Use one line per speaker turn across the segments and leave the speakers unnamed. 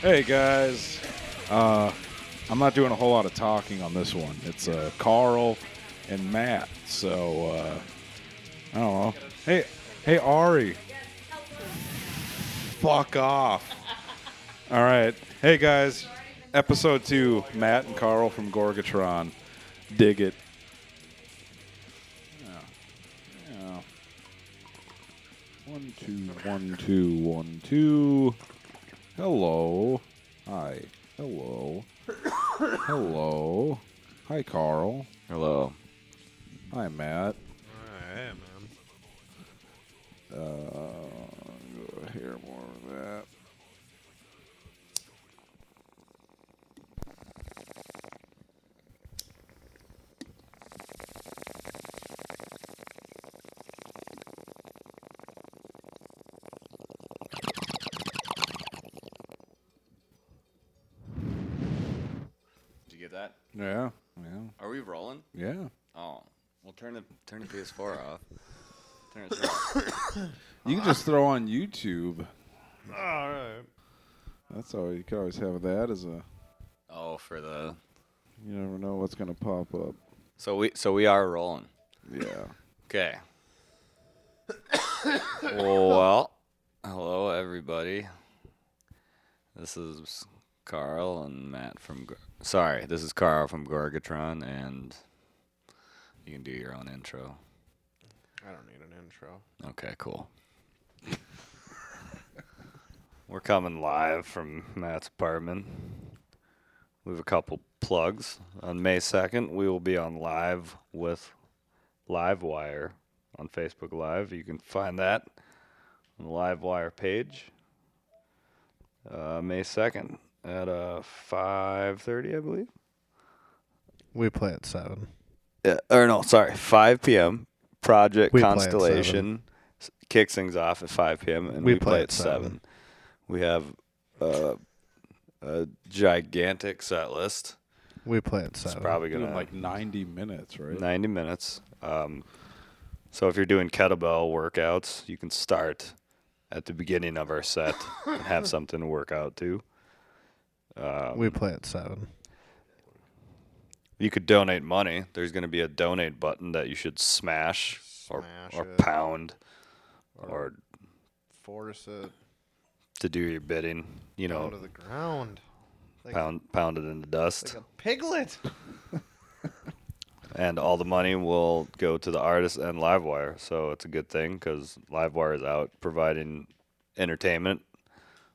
Hey guys, uh, I'm not doing a whole lot of talking on this one. It's uh, Carl and Matt, so uh, I don't know. Hey, hey Ari, fuck off. All right, hey guys, episode two, Matt and Carl from Gorgatron, dig it. Yeah. Yeah. One two one two one two. Hello. Hi. Hello. Hello. Hi, Carl.
Hello.
Hi, Matt.
Alright, man.
Uh, I'll hear more of that.
Did you get that?
Yeah. Yeah.
Are we rolling?
Yeah.
Oh, well, turn the turn the PS4 off. Turn it off.
You can just throw on YouTube.
Alright.
That's all. You could always have that as a.
Oh, for the
You never know what's gonna pop up.
so we so we are rolling.
Yeah.
Okay. well, hello everybody. This is Carl and Matt from. Gor- Sorry, this is Carl from Gorgatron, and you can do your own intro.
I don't need an intro.
Okay, cool. We're coming live from Matt's apartment. We have a couple plugs. On May 2nd, we will be on live with Livewire on Facebook Live. You can find that on the Livewire page. Uh, May 2nd at uh, 5.30, I believe.
We play at seven.
uh, or no, sorry, 5 p.m. Project
We play at
Constellation s- kicks things off at 5 p.m. and we, play, at 7. We have uh, a gigantic set list.
We play at
It's
seven.
probably
Doing
going
like 90 minutes, right?
90 minutes. Um, so if you're doing kettlebell workouts, you can start at the beginning of our set and have something to work out to. Um,
we play at seven.
you could donate money. There's going to be a donate button that you should smash,
Smash
or, or
it.
pound or
Force it
to do your bidding. You
down
know,
to the ground. Like,
pound pound it in the dust,
like a piglet.
and all the money will go to the artist and Livewire. So it's a good thing because Livewire is out providing entertainment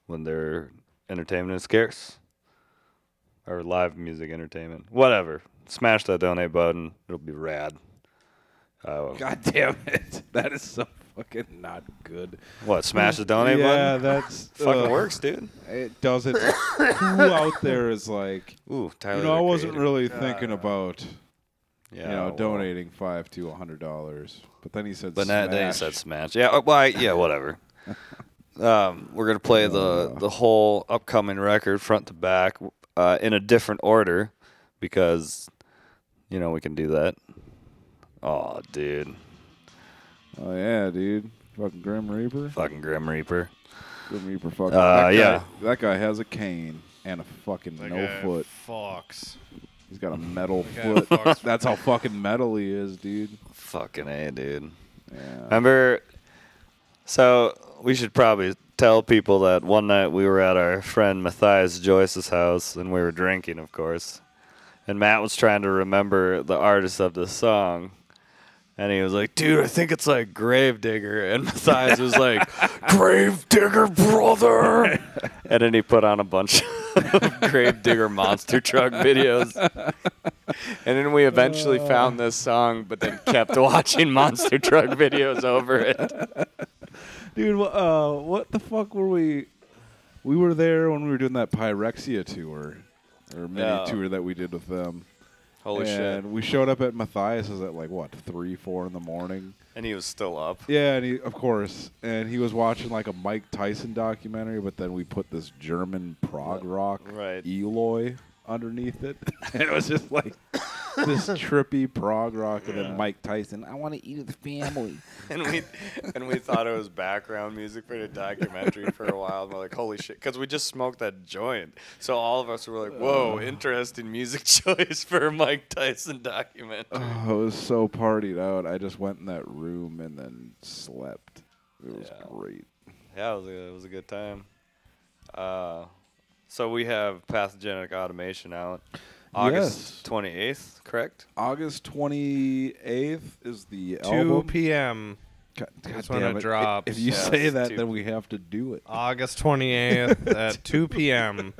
when their entertainment is scarce, or live music entertainment, whatever. Smash that donate button; it'll be rad. Uh,
God damn it! That is so fucking not good.
what? Smash the donate
yeah,
button.
that's
Fucking
uh,
works, dude.
It doesn't. Who out there is like?
Ooh, Tyler.
You
the
know, I wasn't
Creator.
really thinking about
Yeah,
you know
well.
donating five to a hundred dollars, but then he said.
But
smash.
that then he said Smash. Yeah, uh, well, I, yeah, whatever. um, we're gonna play the
Uh.
the whole upcoming record front to back uh, in a different order because you know we can do that. Oh, dude,
"Oh yeah, dude, fucking Grim Reaper,
fucking Grim Reaper.
Grim Reaper, fucking."
Uh,
that guy,
yeah.
that guy has a cane and a fucking
Like
no
a
foot.
Fox.
He's got a metal
guy
foot.
fucks-
That's how fucking metal he is, dude.
Fucking a, dude.
Yeah.
Remember? So we should probably tell people that one night we were at our friend Matthias Joyce's house and we were drinking, of course. And Matt was trying to remember the artist of the song. And he was like, dude, I think it's like Gravedigger. And Matthias was like, Gravedigger, brother. And then he put on a bunch of Gravedigger monster truck videos. And then we eventually found this song, but then kept watching monster truck videos over it.
Dude, wh- uh, what the fuck were we? We were there when we were doing that Pyrexia tour, or mini
Yeah.
tour that we did with them.
Holy
and
shit.
we showed up at Matthias's at like what three, four in the morning.
And he was still up.
Yeah, and he, of course, and he was watching like a Mike Tyson documentary, but then we put this German prog rock
Right.
Eloy underneath it, and it was just like this trippy prog rock and then Mike Tyson. I want to eat the family.
and we and we thought it was background music for the documentary for a while. And we're like, holy shit, because we just smoked that joint. So all of us were like, whoa, interesting music choice for a Mike Tyson documentary.
oh, I was so partied out. I just went in that room and then slept. It was
Yeah.
great.
Yeah, it was a, it was a good time. Uh, so we have Pathogenic Automation out
Yes.
August twenty eighth, correct?
August 28th is the
Two
album.
p.m.
God,
That's
God
when
damn
it
If-
drops.
If you
Yeah,
say
it's
that,
two-
then we have to do it.
August twenty eighth at two p.m.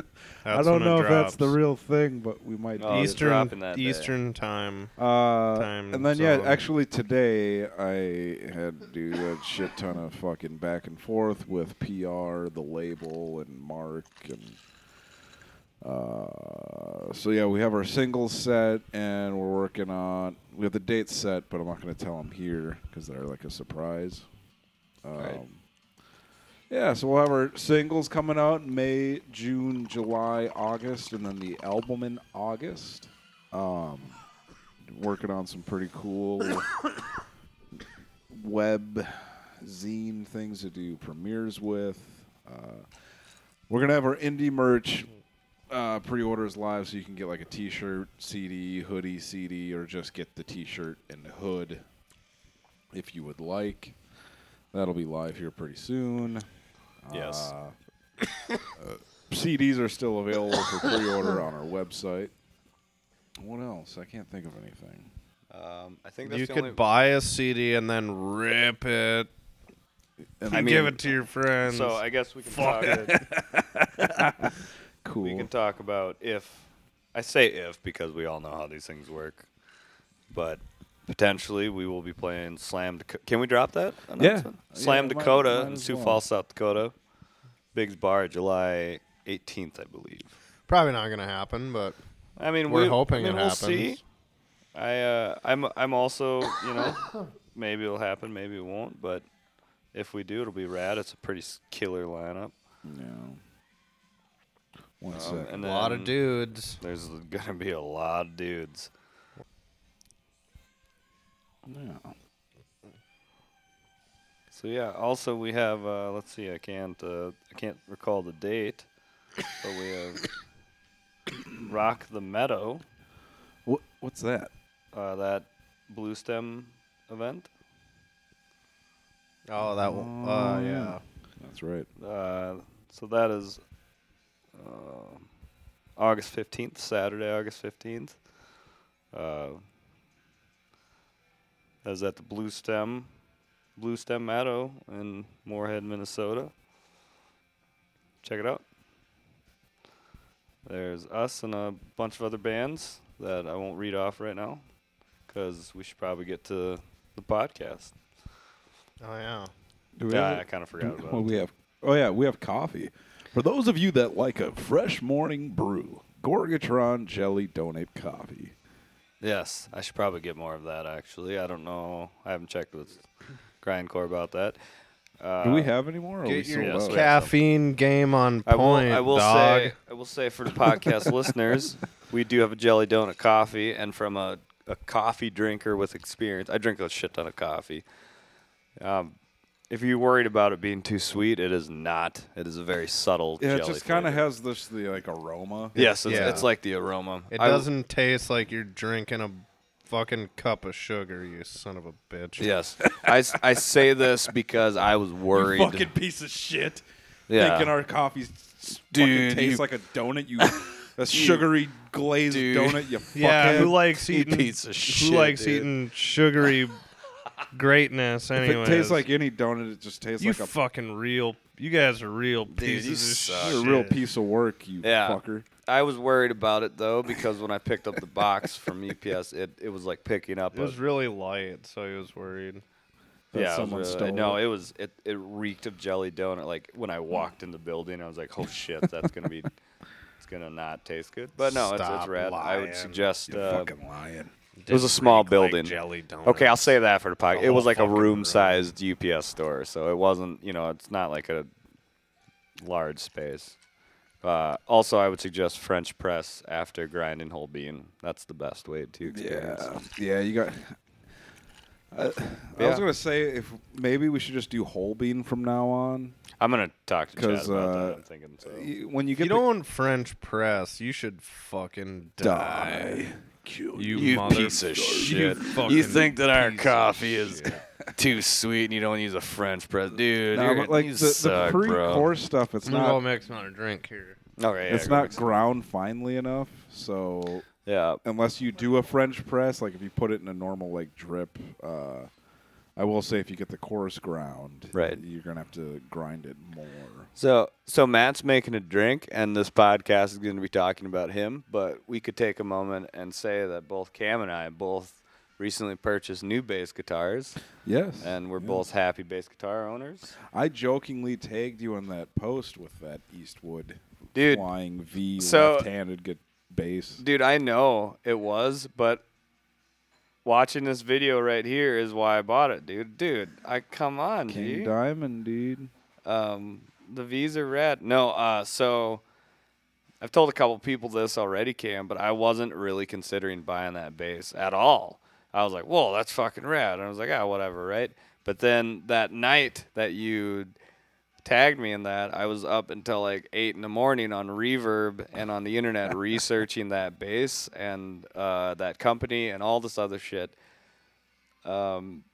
I
That's
don't
when it
know if that's
drops.
the real thing, but we might.
Oh,
do
it's
it.
Eastern
dropping that day.
Eastern time.
Uh,
time
and then yeah,
zone.
actually today I had to do a shit ton of fucking back and forth with PR, the label, and Mark, and uh, so yeah, we have our singles set, and we're working on we have the dates set, but I'm not going to tell them here because they're like a surprise. Um,
Right.
Yeah, so we'll have our singles coming out in May, June, July, August, and then the album in August. Um, working on some pretty cool web zine things to do premieres with. Uh, we're gonna have our indie merch uh, pre-orders live, so you can get like a T-shirt, CD, hoodie, CD, or just get the T-shirt and the hood if you would like. That'll be live here pretty soon.
Yes.
Uh, uh, CDs are still available for pre-order on our website. What else? I can't think of anything.
Um, I think that's
You
the
could
only-
buy a CD and then rip it.
And
I
then-
give it to your friends.
So I guess we can
Fuck.
talk.
cool.
we can talk about if I say if because we all know how these things work, but potentially we will be playing Slam. Daco- Can we drop that? announcement?
Yeah,
Slam
might-
Dakota
might
in
as
Sioux
well.
Falls, South Dakota. Biggs Bar, July 18th, I believe.
Probably not gonna happen, but
I mean,
We're
we-
hoping
I mean,
it
we'll
happens.
See. I uh, I'm I'm also you know maybe it'll happen, maybe it won't, but if we do, it'll be rad. It's a pretty s- killer lineup.
No. One
Um,
sec.
and
a lot of
then-
dudes.
There's gonna be a lot of dudes.
Yeah.
So yeah. Also, we have. Uh, let's see. I can't. Uh, I can't recall the date, but we have Rock the Meadow.
What, what's that?
Uh, that Blue Stem event.
Oh, that. one.
Um,
Uh, yeah.
That's right.
Uh, so that is uh, August 15th, Saturday, August 15th. Uh, that is at the Blue Stem, Blue Stem Meadow in Moorhead, Minnesota. Check it out. There's us and a bunch of other bands that I won't read off right now because we should probably get to the podcast.
Oh yeah.
Do
Yeah,
have-
I kind of
do-
forgot about
well,
it.
we have. Oh yeah, we have coffee. For those of you that like a fresh morning brew, Gorgatron Jelly Donate Coffee.
Yes, I should probably get more of that. Actually, I don't know. I haven't checked with Grindcore about about that. Uh,
Do we have any more? or are Oh, we
Get your
sold
yes,
out?
we have-
Caffeine game on
I will.
point.
I will
dog.
say. I will say for the podcast listeners, we do have a jelly donut coffee, and from a, a coffee drinker with experience, I drink a shit ton of coffee. Um, if you're worried about it being too sweet, it is not. It is a very subtle.
Yeah, it
jelly
just kind of
flavor.
has this the like aroma.
Yes, it's,
Yeah.
it's like the aroma.
It
I w-
doesn't taste like you're drinking a fucking cup of sugar, you son of a bitch.
Yes, I, s- I say this because I was worried.
Fucking piece of shit.
Yeah.
Thinking our coffee s-
Dude,
fucking tastes
you-
like a donut. You, a sugary glazed
Dude.
donut. You fucking.
Yeah.
Fucking
Who likes
you
eating
piece of
Who
shit,
likes
dude.
eating sugary greatness?
If
Anyway,
it tastes like any donut, it just tastes
you
like a
fucking real. You guys are real pieces
you
of
suck.
You're
shit.
a real piece of work, you
Yeah.
fucker.
I was worried about it though because when I picked up the box from EPS, it, it was like picking up.
It was really light, so he was worried.
a,
That
yeah, it was
someone
really-
stole
no,
it.
it was it, it reeked of jelly donut. Like when I walked in the building, I was like, oh shit, that's gonna be, it's gonna not taste good. But no, it's, it's
Stop
rad. I
lying.
would suggest. Uh,
lying.
it was a small building.
jelly donut.
Okay, I'll say that for the podcast.
The
It was
whole
like a
fucking room.
room-sized UPS store, so it wasn't. You know, it's not like a large space. Uh, also, I would suggest French press after grinding whole bean. That's the best way to experience.
Yeah, yeah, you got. I, I
Yeah.
was gonna say if maybe we should just do whole bean from now on.
I'm gonna talk to Chad
'Cause,
about
uh,
that. I'm thinking so.
Y- When you
You
get the-
don't want French press. You should fucking
die,
die.
kill
You,
You
mother-
piece of shit.
You,
You,
fucking
think that our
piece of
coffee is
shit.
too sweet and you don't use a French press, dude?
No,
you're,
but,
like
like
you
the, the
suck, bro.
pre-course stuff, it's
It's not all
not
mixed on a drink here.
Okay, yeah,
it's
go
not
mix it.
ground finely enough. So
Yeah,
unless you do a French press, like if you put it in a normal like drip, uh, I will say if you get the coarse ground,
Right.
you're gonna have to grind it more.
So, so Matt's making a drink, and this podcast is going to be talking about him. But we could take a moment and say that both Cam and I both recently purchased new bass guitars,
Yes,
and we're
yeah.
both happy bass guitar owners.
I jokingly tagged you on that post with that Eastwood
Dude,
flying V
so-
left-handed good bass.
Dude, I know it was, but watching this video right here is why I bought it, dude. Dude, I come on,
King
dude.
Diamond, dude.
Um, the V's are red. No, uh, so I've told a couple people this already, Cam, but I wasn't really considering buying that bass at all. I was like, whoa, that's fucking rad. And I was like, ah, whatever, right? But then that night that you tagged me in that, I was up until like eight in the morning on Reverb and on the internet researching that bass and uh, that company and all this other shit. Um,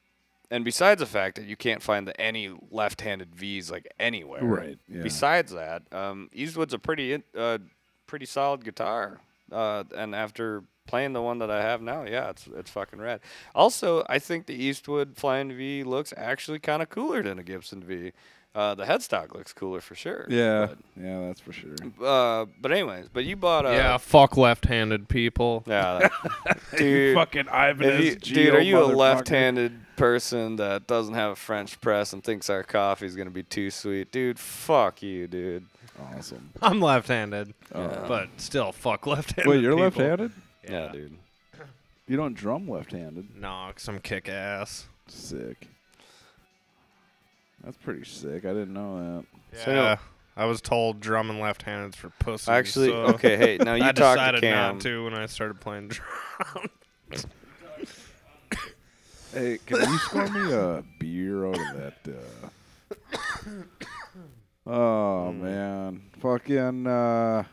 and besides the fact that you can't find the, any left-handed V's like anywhere.
Right, yeah.
Besides that, um, Eastwood's a pretty in- uh, pretty solid guitar. Uh, and after playing the one that I have now, yeah, it's it's fucking rad. Also, I think the Eastwood Flying V looks actually kind of cooler than a Gibson V. Uh, the headstock looks cooler for sure.
Yeah, yeah, that's for sure.
But, uh, but anyways, but uh, you bought a
yeah, fuck left-handed people.
yeah, that- dude.
Fucking Ivan
If you- dude, are you a left-handed person that doesn't have a French press and thinks our coffee is gonna be too sweet, dude? Fuck you, dude.
Awesome.
I'm left-handed,
Oh.
Yeah.
but still fuck left-handed.
Wait, you're
people.
left-handed?
Yeah, dude.
You don't drum left-handed.
Nah, 'cause I'm kick-ass.
Sick. That's pretty sick. I didn't know that.
Yeah.
So, no.
I was told drumming left-handed's for pussies.
Actually,
so
okay, hey, now you
I
talk
decided
to Cam.
not to when I started playing drum.
Hey, can you score me a beer out of that? Uh... Oh man, fucking. Uh...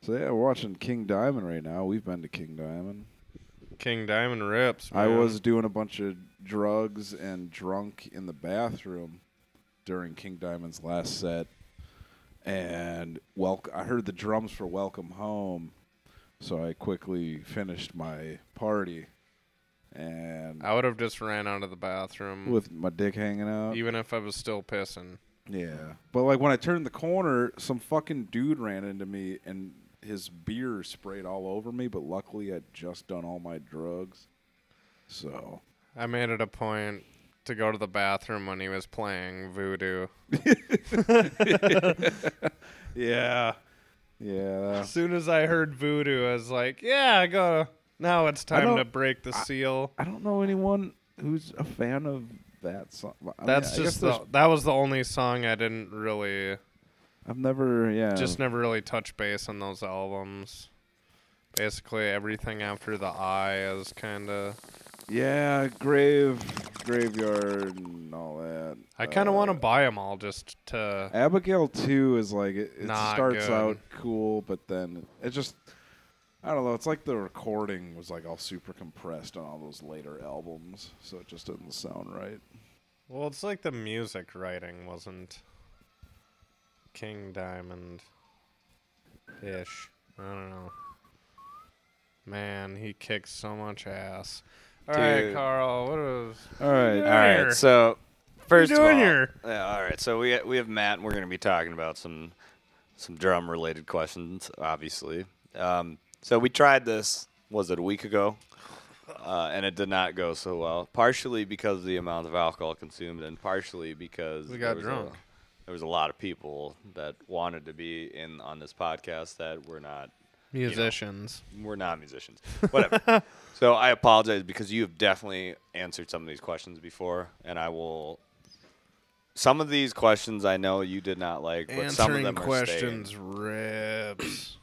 So yeah, we're watching King Diamond right now. We've been to King Diamond.
King Diamond rips.
I
man.
was doing a bunch of drugs and drunk in the bathroom during King Diamond's last set, and welcome. I heard the drums for "Welcome Home," so I quickly finished my party, and
I would have just ran out of the bathroom,
with my dick hanging
uh,
out.
even if I was still pissing.
Yeah, but like when I turned the corner, some fucking dude ran into me and his beer sprayed all over me. But luckily, I'd just done all my drugs, so
I made it a point to go to the bathroom when he was playing voodoo.
yeah, yeah.
As soon as I heard voodoo, I was like, "Yeah, I go." Now it's
don't-
time to break the seal.
I don't know anyone who's a fan of that song. I mean,
That's
I guess
just
there's-
the, that was the only song I didn't really
I've never, yeah,
just never really touch base on those albums. Basically, everything after the I is kind of.
yeah, grave, graveyard, and all that.
I kind of
Uh,
want to buy them all just to.
Abigail two is like it, it
Not
starts
good.
out cool, but then it just I don't know. It's like the recording was like all super compressed on all those later albums, so it just doesn't sound right.
Well, it's like the music writing wasn't King Diamond ish. I don't know. Man, he kicks so much ass. All right,
Dude.
Carl, what is
All right,
All right,
Here.
so first of
doing
all,
here?
Yeah, all right, so we we have Matt. and We're going to be talking about some some drum related questions, obviously. Um, so we tried this was it a week ago, uh, and it did not go so well. Partially because of the amount of alcohol consumed, and partially because
We
there
got
was
drunk.
A, there was a lot of people that wanted to be in on this podcast that were not
musicians?
we're not musicians. Whatever. so I apologize because you have definitely answered some of these questions before, and I will Some of these questions I know you did not like, but some of
Answering
them
questions
are staying.
rips.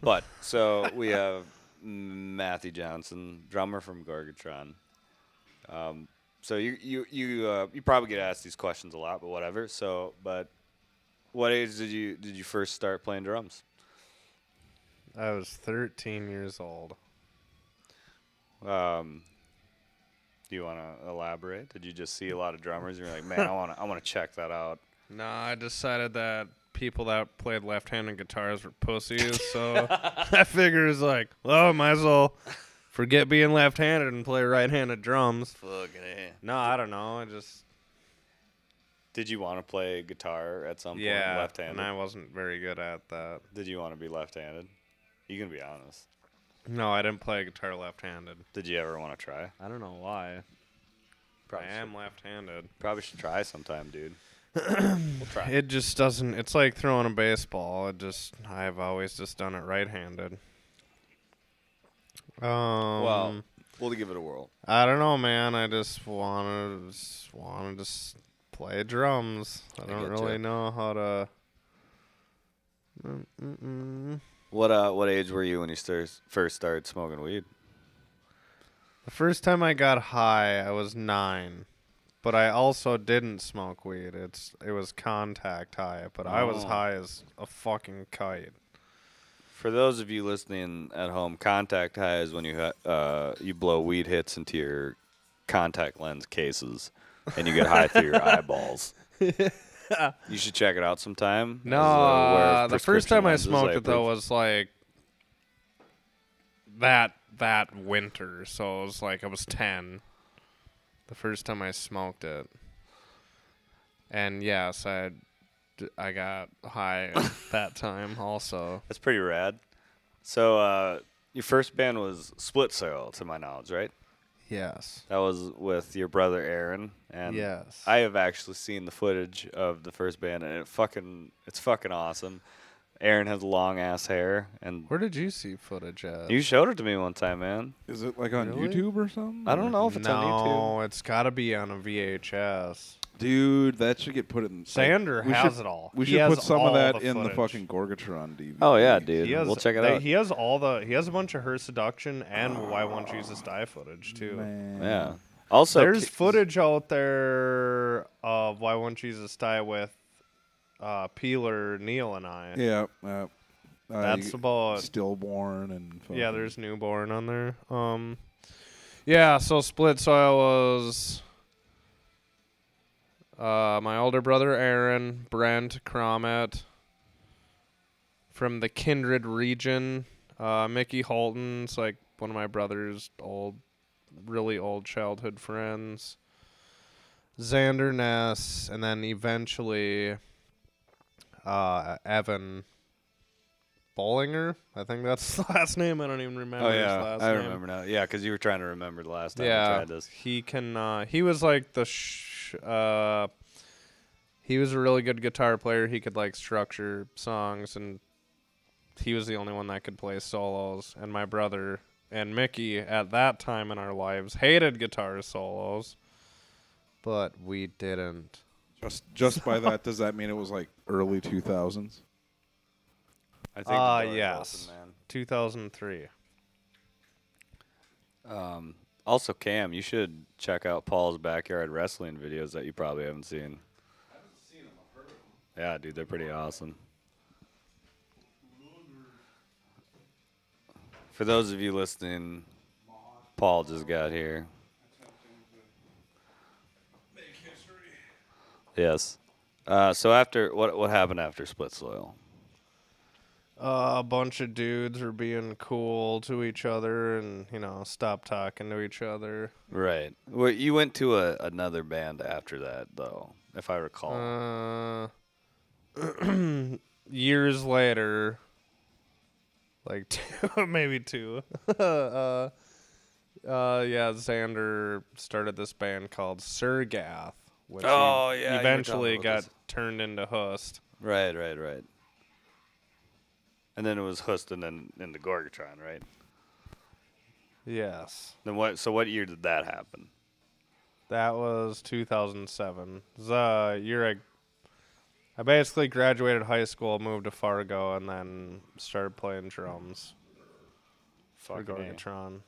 But so we have Matthew Johnson, drummer from Gargatron. Um, so you you you uh, you probably get asked these questions a lot, but whatever. So, but what age did you did you first start playing drums?
I was 13 years old.
Um, do you want to elaborate? Did you just see a lot of drummers and you're like, man, I want to I want to check that out?
No, I decided that people that played left-handed guitars were pussies, so I figured it's like, well, I might as well forget being left-handed and play right-handed drums.
Fucking it.
No, I don't know. I just
Did you want to play guitar at some point
yeah,
left-handed?
and I wasn't very good at that.
Did you want to be left-handed? You can be honest.
No, I didn't play guitar left-handed.
Did you ever want to try?
I don't know why.
Probably
I am
Should,
left-handed.
probably should try sometime, dude. we'll try.
It just doesn't. It's like throwing a baseball. It just. I've always just done it right-handed. Um,
well, we'll give it a whirl.
I don't know, man. I just wanted just wanted to s- play drums. I don't
get
really
you.
know how to. Mm-mm-mm.
What uh, what age were you when you stir- first started smoking weed?
The first time I got high, I was nine, but I also didn't smoke weed. It's it was contact high, but I was
Oh.
high as a fucking kite.
For those of you listening at home, contact high is when you ha- uh, you blow weed hits into your contact lens cases, and you get high through your eyeballs. You should check it out sometime. as
No,
a wearer of
uh, the first
prescription
time I
lenses,
smoked it though
approve.
was like that that winter, so it was like I was ten. The first time I smoked it, and yes, I d- I got high that time also.
that's pretty rad. So uh, your first band was Split Cell, to my knowledge, right?
Yes.
That was with your brother Aaron, and
Yes.
I have actually seen the footage of the first band, and it fucking it's fucking awesome. Aaron has long ass hair, and
Where did you see footage at?
you showed it to me one time, man.
Is it like on
Really?
YouTube or something?
I don't know if it's
no,
on YouTube.
it's got to be on a VHS.
Dude, that should get put in.
Sander
we
has
should,
it all.
We
He
should
has
put some of
all
that in the
footage.
fucking Gorgatron DVD.
Oh yeah, dude,
He has,
we'll check it
they-
out.
He has all the. He has a bunch of her seduction and why won't you Jesus die footage too.
Man.
yeah. Also,
There's
ki-
footage out there of why won't Jesus die with uh, Peeler, Neil, and I.
Yeah. Uh, uh,
That's
you-
about.
stillborn and fucking-
Yeah, there's newborn on there. Um, yeah. So split soil was. Uh, my older brother Aaron, Brent Cromet, from the Kindred region. Uh, Mickey Holton's like one of my brother's old, really old childhood friends. Xander Ness, and then eventually uh, Evan Bollinger. I think that's the last name. I don't even remember
Oh
his
yeah,
last
I
name.
remember now. Yeah, because you were trying to remember the last time
yeah,
we tried this.
he can. Uh, he was like the. Sh- uh, he was a really good guitar player. He could like structure songs, and he was the only one that could play solos. And my brother and Mickey at that time in our lives hated guitar solos, but we didn't.
Just just by that, does that mean it was like early two thousands?
I think.
Ah,
the door's
yes.
open, man.
2003.
Um, also, Cam, you should check out Paul's backyard wrestling videos that you probably haven't seen. I haven't seen them. I've heard of them. Yeah, dude, they're pretty awesome. For those of you listening, Paul just got here. Yes. Uh, so after what what happened after Split Soil?
uh, a bunch of dudes were being cool to each other and you know stop talking to each other
Right. Well, you went to a, another band after that, though, if I recall.
uh, years later like two, maybe two uh, uh, yeah xander started this band called surgath which e-
Oh, yeah, you were telling me
eventually
about
got
this.
turned into hust
Right, right, right. And then it was Hust and then into Gorgatron, right?
yes
Then what? So what year did that happen?
That was 2007. The year I, I basically graduated high school, moved to Fargo, and then started playing drums for
Fucking A.
Gorgatron.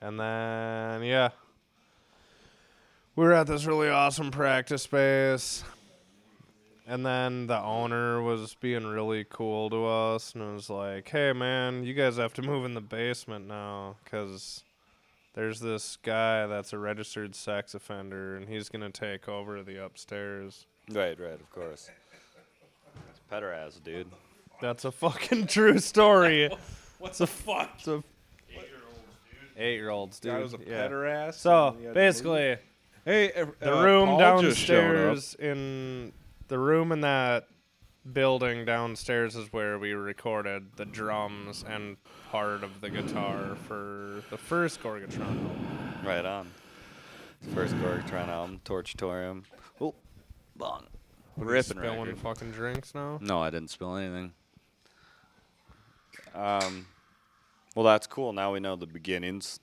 And then yeah, we were at this really awesome practice space. And then the owner was being really cool to us and was like, "Hey man, you guys have to move in the basement now cuz there's this guy that's a registered sex offender and he's going to take over the upstairs."
Right, right, of course. It's pederast, dude.
That's a fucking true story.
What the fuck?
It's a 8-year-olds, dude.
That was a
yeah.
pederast.
So,
and he had to
basically,
leave. hey, ev-
the
uh,
room
Paul just showed up.
downstairs in the room in that building downstairs is where we recorded the drums and part of the guitar for the first Gorgatron. album.
Right on. First Gorgatron album, Torchatorium. Oh, long. Ripping
Spilling
record.
fucking drinks now.
No, I didn't spill anything. Um, well, that's cool. Now we know the beginnings.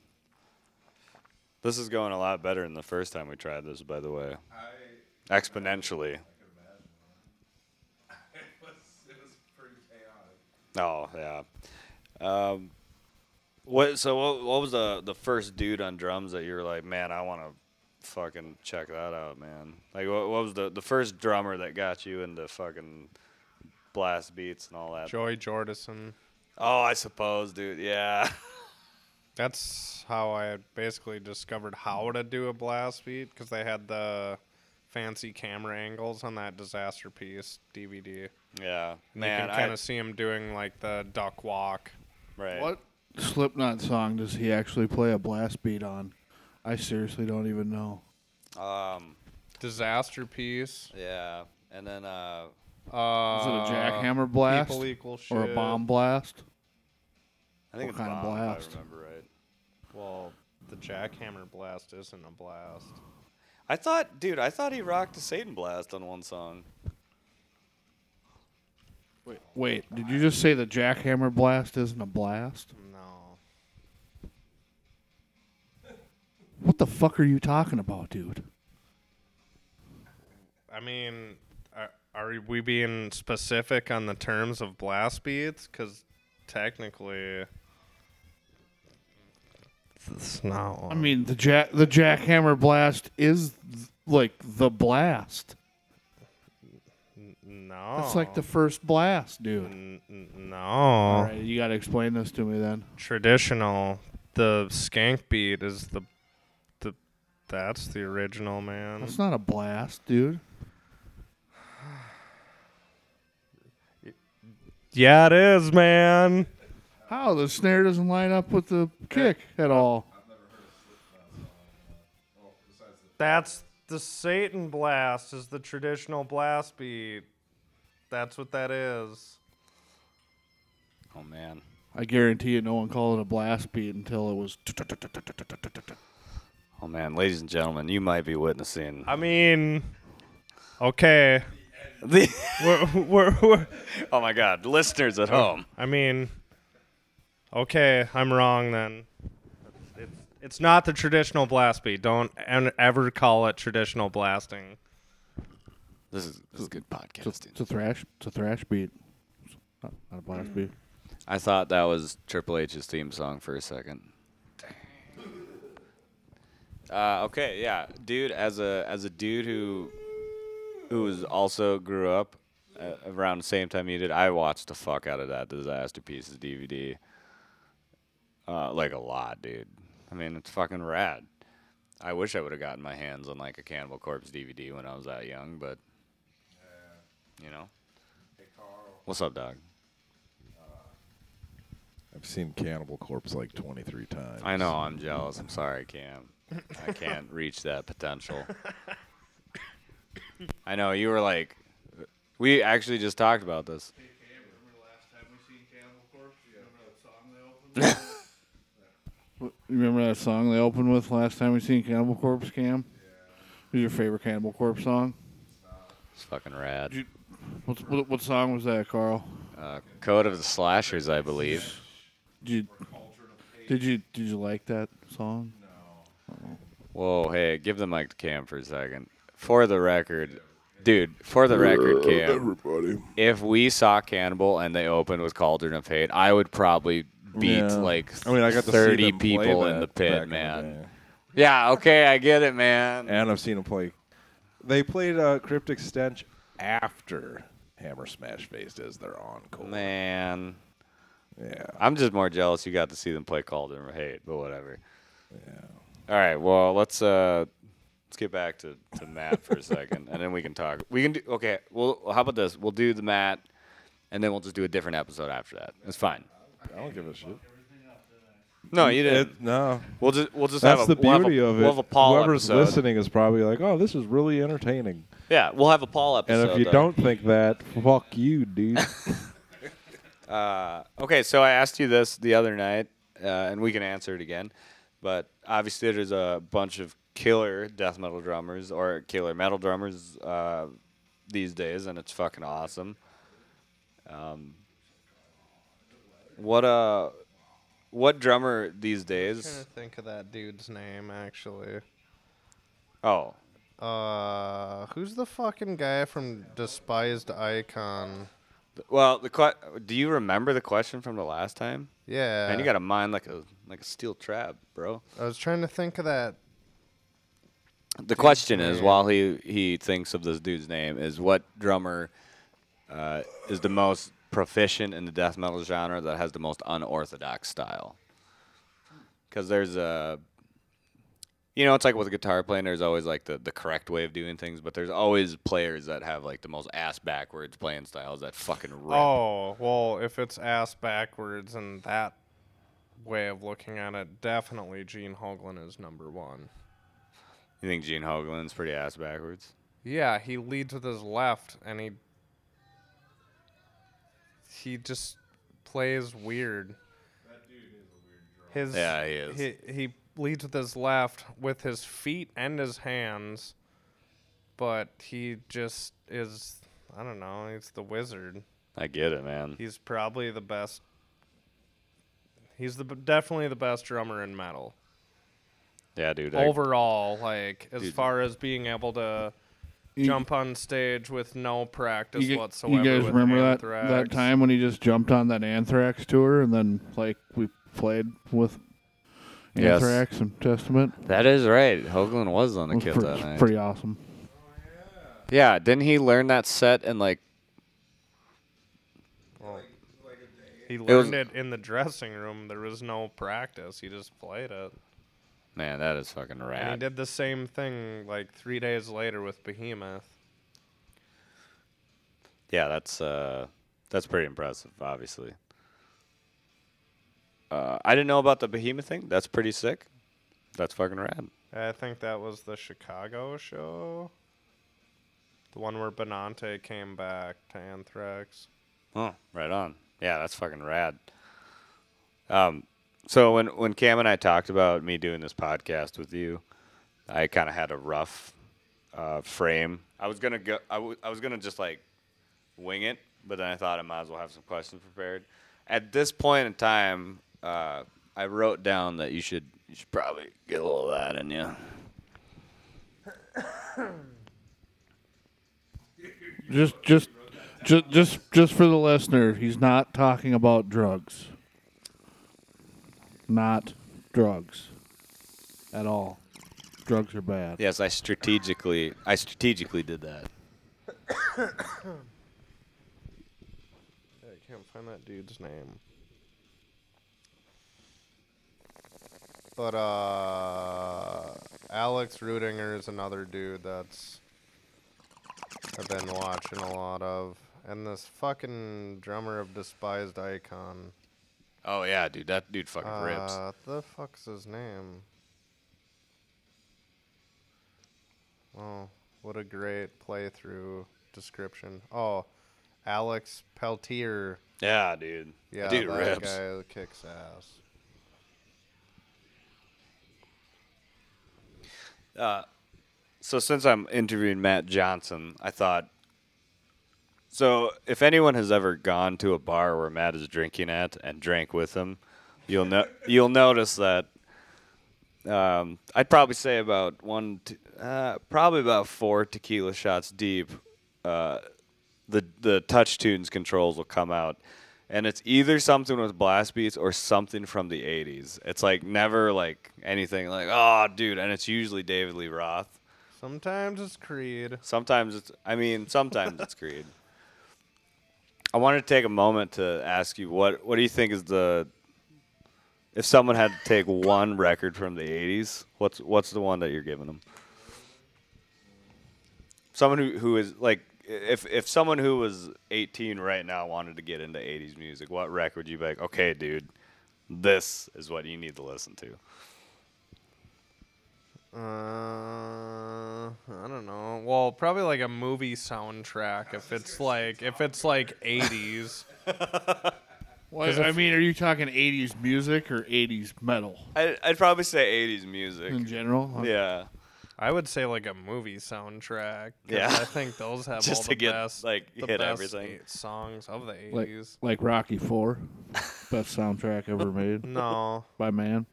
This is going a lot better than the first time we tried this, by the way. Exponentially. Oh yeah. Um, what? So what? What was the the first dude on drums that you were like, man, I want to fucking check that out, man. Like, what, what was the the first drummer that got you into fucking blast beats and all that?
Joy Jordison.
Oh, I suppose, dude. Yeah.
That's how I basically discovered how to do a blast beat because they had the fancy camera angles on that disaster piece DVD.
Yeah.
And
man,
you can kind
I,
of see him doing like the duck walk.
right.
What Slipknot song does he actually play a blast beat on? I seriously don't even know.
Um.
Disaster piece.
Yeah. And then uh,
Uh,
Is it a jackhammer blast
People equal shit.
or a bomb blast?
I think
What
it's
kind of
Bomb,
blast?
If I remember right.
Well, the jackhammer blast isn't a blast.
I thought, dude, I thought he rocked a Satan blast on one song.
Wait, wait, did you just say the jackhammer blast isn't a blast?
No.
What the fuck are you talking about, dude?
I mean, are, are we being specific on the terms of blast beats? Because technically, it's not.
I mean, the jack the jackhammer blast is th- like the blast.
no.
That's like the first blast, dude.
N- n- no.
Oh.
All right, you got to explain this to me then.
Traditional. The skank beat is the, the, that's the original man.
That's not a blast, dude.
yeah, it is, man.
How Oh, the snare doesn't line up with the kick at all?
That's the Satan blast is the traditional blast beat. That's what that is.
Oh man.
I guarantee you, no one called it a blast beat until it was.
Oh man, ladies and gentlemen, you might be witnessing
I mean, okay.
the.
We're, we're, we're,
oh my God, listeners at home.
I mean, okay, I'm wrong then. It's, it's not the traditional blast beat. Don't en- ever call it traditional blasting.
This is this is good
It's a,
podcasting.
it's a thrash. It's a thrash beat. It's not, not a blast beat.
I thought that was Triple H's theme song for a second. Uh, okay, yeah, dude. As a as a dude who who was also grew up uh, around the same time you did, I watched the fuck out of that Disaster Pieces DVD. Uh, like a lot, dude. I mean, it's fucking rad. I wish I would have gotten my hands on like a Cannibal Corpse DVD when I was that young, but you know. What's up, dog?
I've seen Cannibal Corpse like 23 times.
I know. I'm jealous. I'm sorry, Cam. I can't reach that potential. I know. You were like, we actually just talked about this.
You remember that song they opened with last time we seen Cannibal Corpse, Cam? Who's your favorite Cannibal Corpse song?
It's fucking rad.
What's, what, what song was that, Carl?
Uh, Code of the Slashers, I believe.
Did you, did you did you like that song?
Whoa, hey, give the mic to Cam for a second. For the record, dude, for the
Uh,
record, Cam,
Everybody.
if we saw Cannibal and they opened with Cauldron of Hate, I would probably beat
Yeah.
like
I mean, I got to see
30
them play
people
that
in the
back
pit,
in
man.
day.
yeah, okay, I get it, man.
and I've seen them play. They played uh, Cryptic Stench after Hammer Smash Face as their encore.
Man,
Yeah.
I'm just more jealous you got to see them play Cauldron of Hate, but whatever. All right, well, let's uh let's get back to, to Matt for a second and then we can talk. We can do Okay, well, how about this? We'll do the Matt and then we'll just do a different episode after that. It's fine.
I don't give a shit.
No, you didn't.
It- no.
we'll just we'll just
That's
have a,
the
we'll have a-
beauty of it.
We'll have a Paul
Whoever's
episode.
listening is probably like, "Oh, this is really entertaining."
Yeah, we'll have a Paul episode.
And if you
though.
don't think that, fuck you, dude.
Okay, so I asked you this the other night, uh, and we can answer it again. But obviously, there's a bunch of killer death metal drummers or killer metal drummers uh, these days, and it's fucking awesome. Um, what uh, what drummer these
trying to
days?
think of that dude's name actually.
Oh,
Uh, who's the fucking guy from Despised Icon?
well, the que- do you remember the question from the last time?
Yeah.
Man, you got a mind like a like a steel trap, bro.
I was trying to think of that.
The question is,
name.
while he he thinks of this dude's name, is what drummer uh, is the most proficient in the death metal genre that has the most unorthodox style? Because there's a, you know, it's like with guitar playing. There's always like the the correct way of doing things, but there's always players that have like the most ass backwards playing styles that fucking rip.
Oh, well, if it's ass backwards and that way of looking at it, definitely Gene Hoglan is number one.
You think Gene Hoglan's pretty ass backwards?
Yeah, he leads with his left, and he he just plays weird. That dude is a weird
Yeah, he is.
He, he leads with his left, with his feet and his hands, but he just is. I don't know. He's the wizard.
I get it, man.
He's probably the best. He's the b- definitely the best drummer in metal
Yeah, dude. I-
overall. Like as
Dude.
far as being able to
You-
jump on stage with no practice
you, gu-
whatsoever.
you guys
with
remember
Anthrax.
that that time when he just jumped on that Anthrax tour and then like we played with
Yes.
Anthrax and Testament?
That is right. Hoglan was on
It
the
was
kill
pretty,
that night.
pretty awesome.
Yeah, didn't he learn that set and like
He learned it,
was-
in the dressing room. There was no practice. He just played it.
man, that is fucking
And he
rad.
did the same thing like three days later with Behemoth.
Yeah, that's uh that's pretty impressive, obviously. Uh, I didn't know about the behemoth thing. That's pretty sick. That's fucking rad.
I think that was the Chicago show. The one where Benante came back to Anthrax.
Oh, right on. Yeah, that's fucking rad. Um, so when when Cam and I talked about me doing this podcast with you, I kind of had a rough uh, frame. I was gonna go. I wa- I was gonna just like wing it, but then I thought I might as well have some questions prepared. At this point in time, uh, I wrote down that you should you should probably get a little of that in you.
Just just just just just for the listener, he's not talking about drugs. Not drugs at all. Drugs are bad.
Yes, I strategically I strategically did that.
Yeah, I can't find that dude's name. But uh Alex Rudinger is another dude that's I've been watching a lot of. And this fucking drummer of despised icon.
Oh yeah, dude, that dude fucking rips.
Uh, the fuck's his name? Oh, what a great playthrough description. Oh, Alex Peltier.
Yeah, dude.
Yeah,
dude
that
rips.
guy kicks ass.
so since I'm interviewing Matt Johnson, I thought. So if anyone has ever gone to a bar where Matt is drinking at and drank with him, you'll know you'll notice that um, I'd probably say about one, t- uh, probably about four tequila shots deep. Uh, the the touch tunes controls will come out, and it's either something with blast beats or something from the '80s. It's like never like anything like oh dude, and it's usually David Lee Roth.
Sometimes it's Creed.
Sometimes it's, I mean, sometimes it's Creed. I wanted to take a moment to ask you what what do you think is the if someone had to take one record from the '80s, what's what's the one that you're giving them? Someone who who is like if if someone who was 18 right now wanted to get into 80s music, what record would you be like? Okay, dude, this is what you need to listen to.
Uh, I don't know. Well, probably like a movie soundtrack if it's like if it's like 80s.
Well, I mean, are you talking 80s music or 80s metal
I'd, I'd probably say 80s music.
in general?
Yeah.
I would say like a movie soundtrack. 'cause
Yeah.
I think those have
Just
all
to
the
get,
best
like,
the
hit
best
everything.
eight songs of the
Like,
80s.
like Rocky 4, best soundtrack ever made
no,
by man.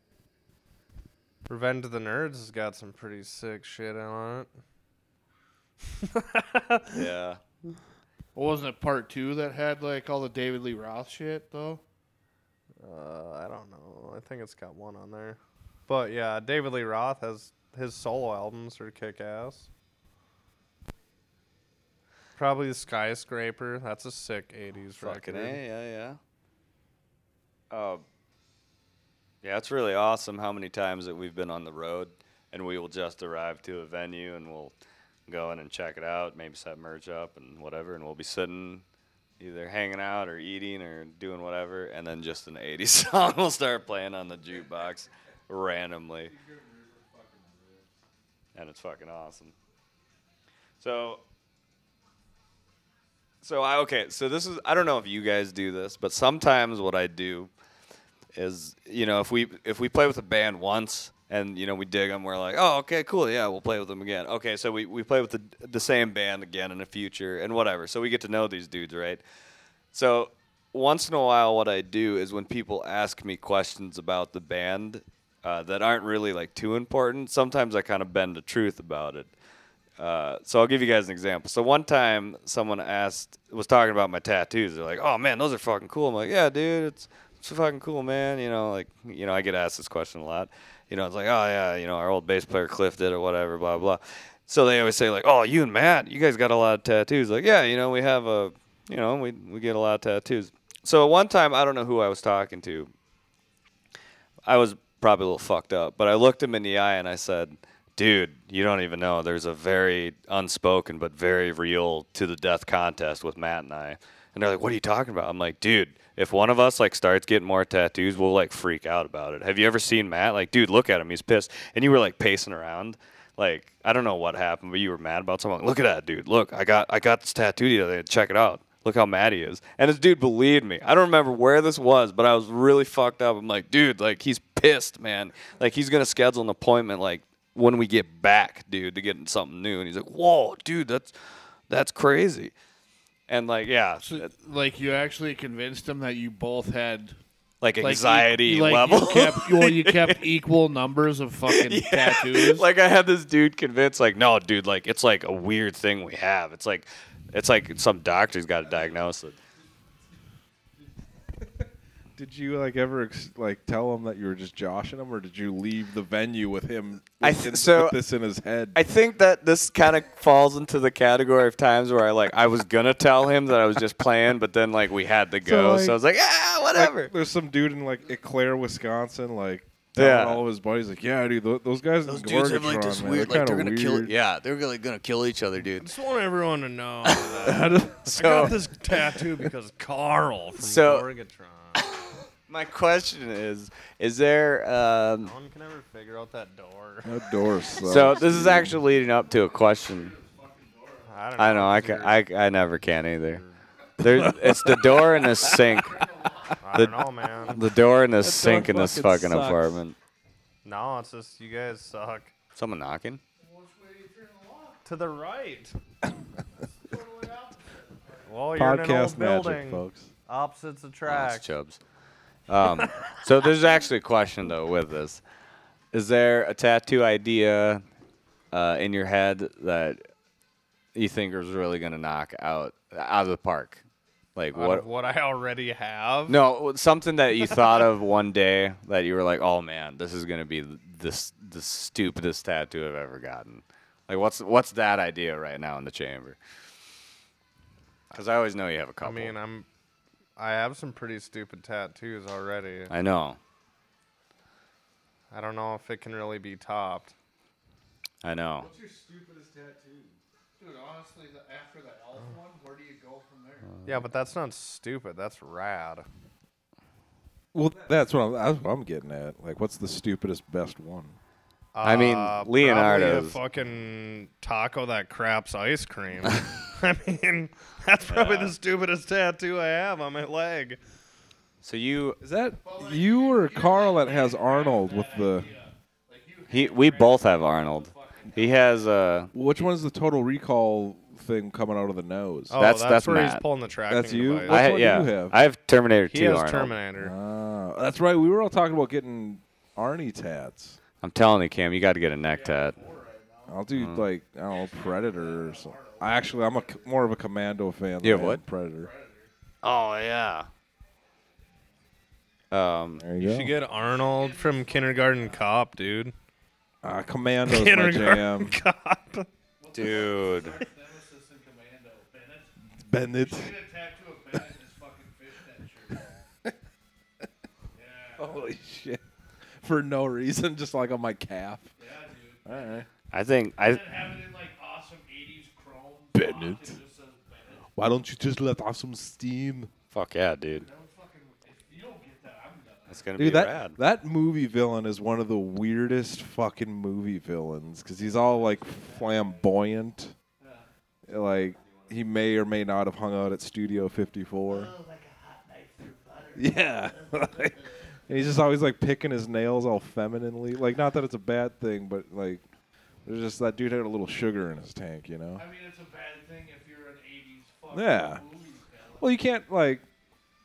Revenge of the Nerds has got some pretty sick shit on it.
Yeah.
Well, wasn't it part two that had like all the David Lee Roth shit though?
Uh, I don't know. I think it's got one on there. But yeah, David Lee Roth has his solo albums are kick ass. Probably the skyscraper. That's a sick '80s
Fucking
record.
A, yeah, yeah. Uh, yeah, it's really awesome how many times that we've been on the road and we will just arrive to a venue and we'll go in and check it out, maybe set merch up and whatever, and we'll be sitting either hanging out or eating or doing whatever, and then just an 80s song will start playing on the jukebox randomly. And it's fucking awesome. So so I okay. So this is I don't know if you guys do this, but sometimes what I do is you know if we if we play with a band once and you know we dig them, we're like, oh okay, cool, yeah, we'll play with them again. Okay, so we we play with the the same band again in the future and whatever. So we get to know these dudes, right? So once in a while, what I do is when people ask me questions about the band uh, that aren't really like too important, sometimes I kind of bend the truth about it. Uh, so I'll give you guys an example. So one time, someone asked, was talking about my tattoos. They're like, "Oh man, those are fucking cool." I'm like, "Yeah, dude, it's it's fucking cool, man." You know, like you know, I get asked this question a lot. You know, it's like, "Oh yeah, you know, our old bass player Cliff did or whatever, blah blah." So they always say like, "Oh, you and Matt, you guys got a lot of tattoos." Like, yeah, you know, we have a, you know, we we get a lot of tattoos. So one time, I don't know who I was talking to. I was probably a little fucked up, but I looked him in the eye and I said, "Dude, you don't even know. There's a very unspoken but very real to the death contest with Matt and I." And they're like, "What are you talking about?" I'm like, "Dude, if one of us like starts getting more tattoos, we'll like freak out about it. Have you ever seen Matt? Like, dude, look at him. He's pissed." And you were like pacing around. Like, I don't know what happened, but you were mad about something. Look at that dude. Look, I got I got this tattoo the other day. Check it out. Look how mad he is. And this dude believed me. I don't remember where this was, but I was really fucked up. I'm like, dude, like he's pissed, man. Like he's gonna schedule an appointment like when we get back, dude, to get something new. And he's like, Whoa, dude, that's that's crazy. And like, yeah, that-
uh, like you actually convinced him that you both had
like
like,
anxiety
e- like,
level.
You kept, well, you kept equal numbers of fucking tattoos.
like I had this dude convinced, like, no, dude, like it's like a weird thing we have. It's like, it's like some doctor's got to diagnose it.
Did you like ever ex- like tell him that you were just joshing him, or did you leave the venue with him?
I
with
th-
in-
so-
with this in his head.
I think that this kind of falls into the category of times where I like I was gonna tell him that I was just playing, but then like we had to go, so,
like-
I was like, ah,
Like,
whatever.
there's some dude in like Eclair, Wisconsin, like telling
Yeah.
all of his buddies, like, yeah, dude, tho- those guys in Gorgatron, man, kinda weird."
Yeah, they're like gonna kill each other, dude.
Just want everyone to know. That I
So
got this tattoo because Carl from
So-
Gorgatron.
my question is, is there? Um,
No one can ever figure out that door.
That door sucks.
so this is actually leading up to a question.
I don't know.
I know I can I, I never can either. There, it's the door and the sink.
I don't know, man.
The door and the sink in this
fucking
fucking
sucks.
apartment.
No, it's just you guys suck.
Someone knocking.
To the right. well, you're in an
podcast magic,
old building.
folks.
Opposites
Oh, that's
attract.
Chubbs. Um, so there's actually a question though with this. Is there a tattoo idea uh, in your head that you think is really gonna knock out out of the park? Like
Out
what?
of what I already have.
No, something that you thought of one day that you were like, "Oh man, this is gonna be this the stupidest tattoo I've ever gotten." Like, what's what's that idea right now in the chamber? Because I always know you have a
I
couple.
mean, I'm. I have some pretty stupid tattoos already.
I know,
I don't know if it can really be topped.
I know.
What's your stupidest tattoo?
Dude, honestly, the, after the elf
Uh.
one, where do you go from there?
Yeah, but that's not stupid. That's rad.
Well, that's what I'm. That's what I'm getting at. Like, what's the stupidest best one?
I mean,
Uh,
Leonardo's.
Probably a fucking taco that craps ice cream. I mean, that's probably the stupidest tattoo I have on my leg.
So you,
Is that you or Carl that has Arnold with the?
he, we both have Arnold. He has uh
Which one's the Total Recall thing coming out of the nose?
Oh,
That's-
that's,
that's
where he's
Matt.
pulling the tracking
That's you?
device.
Which
I,
one do
yeah,
you have?
I have Terminator
he
2
has
Arnold.
Terminator.
Ah, that's right. We were all talking about getting Arnie tats.
I'm telling you, Cam, you got to get a neck tat.
I'll do like I don't know Predator or something. I actually I'm a c- more of a Commando fan. than
You have
I am
what?
Predator.
Oh yeah. Um,
There you,
You
go.
should get Arnold from Kindergarten Cop, dude.
uh, Commando's my
Kindergarten
jam.
Cop.
dude.
Nemesis and Commando. Bennett.
Bennett.
Get a tattoo of Bennett in his fucking fish that shirt.
Holy shit! For no reason, just like on my calf.
Yeah, dude.
All right.
I think I.
And have it in like awesome 80s chrome. font.
Bennett.
It just says Bennett.
Why don't you just let off some steam?
Fuck yeah, dude.
That would fucking, if you don't get that, I'm done.
That's gonna be
Dude, that
rad.
that movie villain is one of the weirdest fucking movie villains because he's all like flamboyant, like he may or may not have hung out at Studio Fifty Four. Yeah, like, and he's just always like picking his nails all femininely. Like, not that it's a bad thing, but like, there's just that dude had a little sugar in his tank, you know.
I mean, it's a bad thing if you're an 80s fucking
Yeah.
movie villain.
Well, you can't like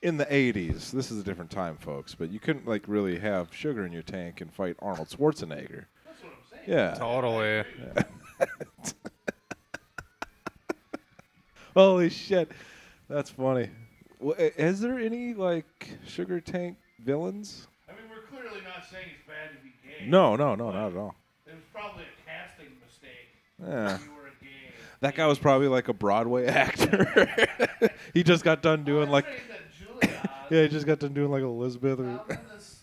in the '80s. This is a different time, folks. But you couldn't like really have sugar in your tank and fight Arnold Schwarzenegger.
That's what I'm saying.
Yeah.
Totally.
Holy shit, that's funny. Well, i- is there any like sugar tank villains?
I mean, we're clearly not saying it's bad to be gay.
No, no, no, not at all.
It was probably a casting mistake.
Yeah.
You were a gay.
That guy was probably like a Broadway actor. he just got done doing like
saying that Julia
yeah, he just got done doing like Elizabeth or
found in this,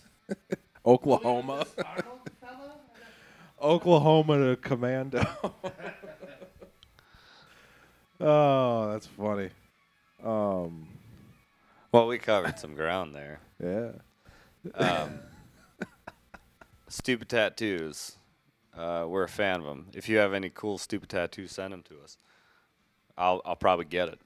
Oklahoma,
this Arnold fella.
Oklahoma to Commando. oh, that's funny. Um,
Well, we covered some ground there.
yeah.
Um, stupid tattoos. Uh, we're a fan of them. If you have any cool stupid tattoos, send them to us. I'll I'll probably get it,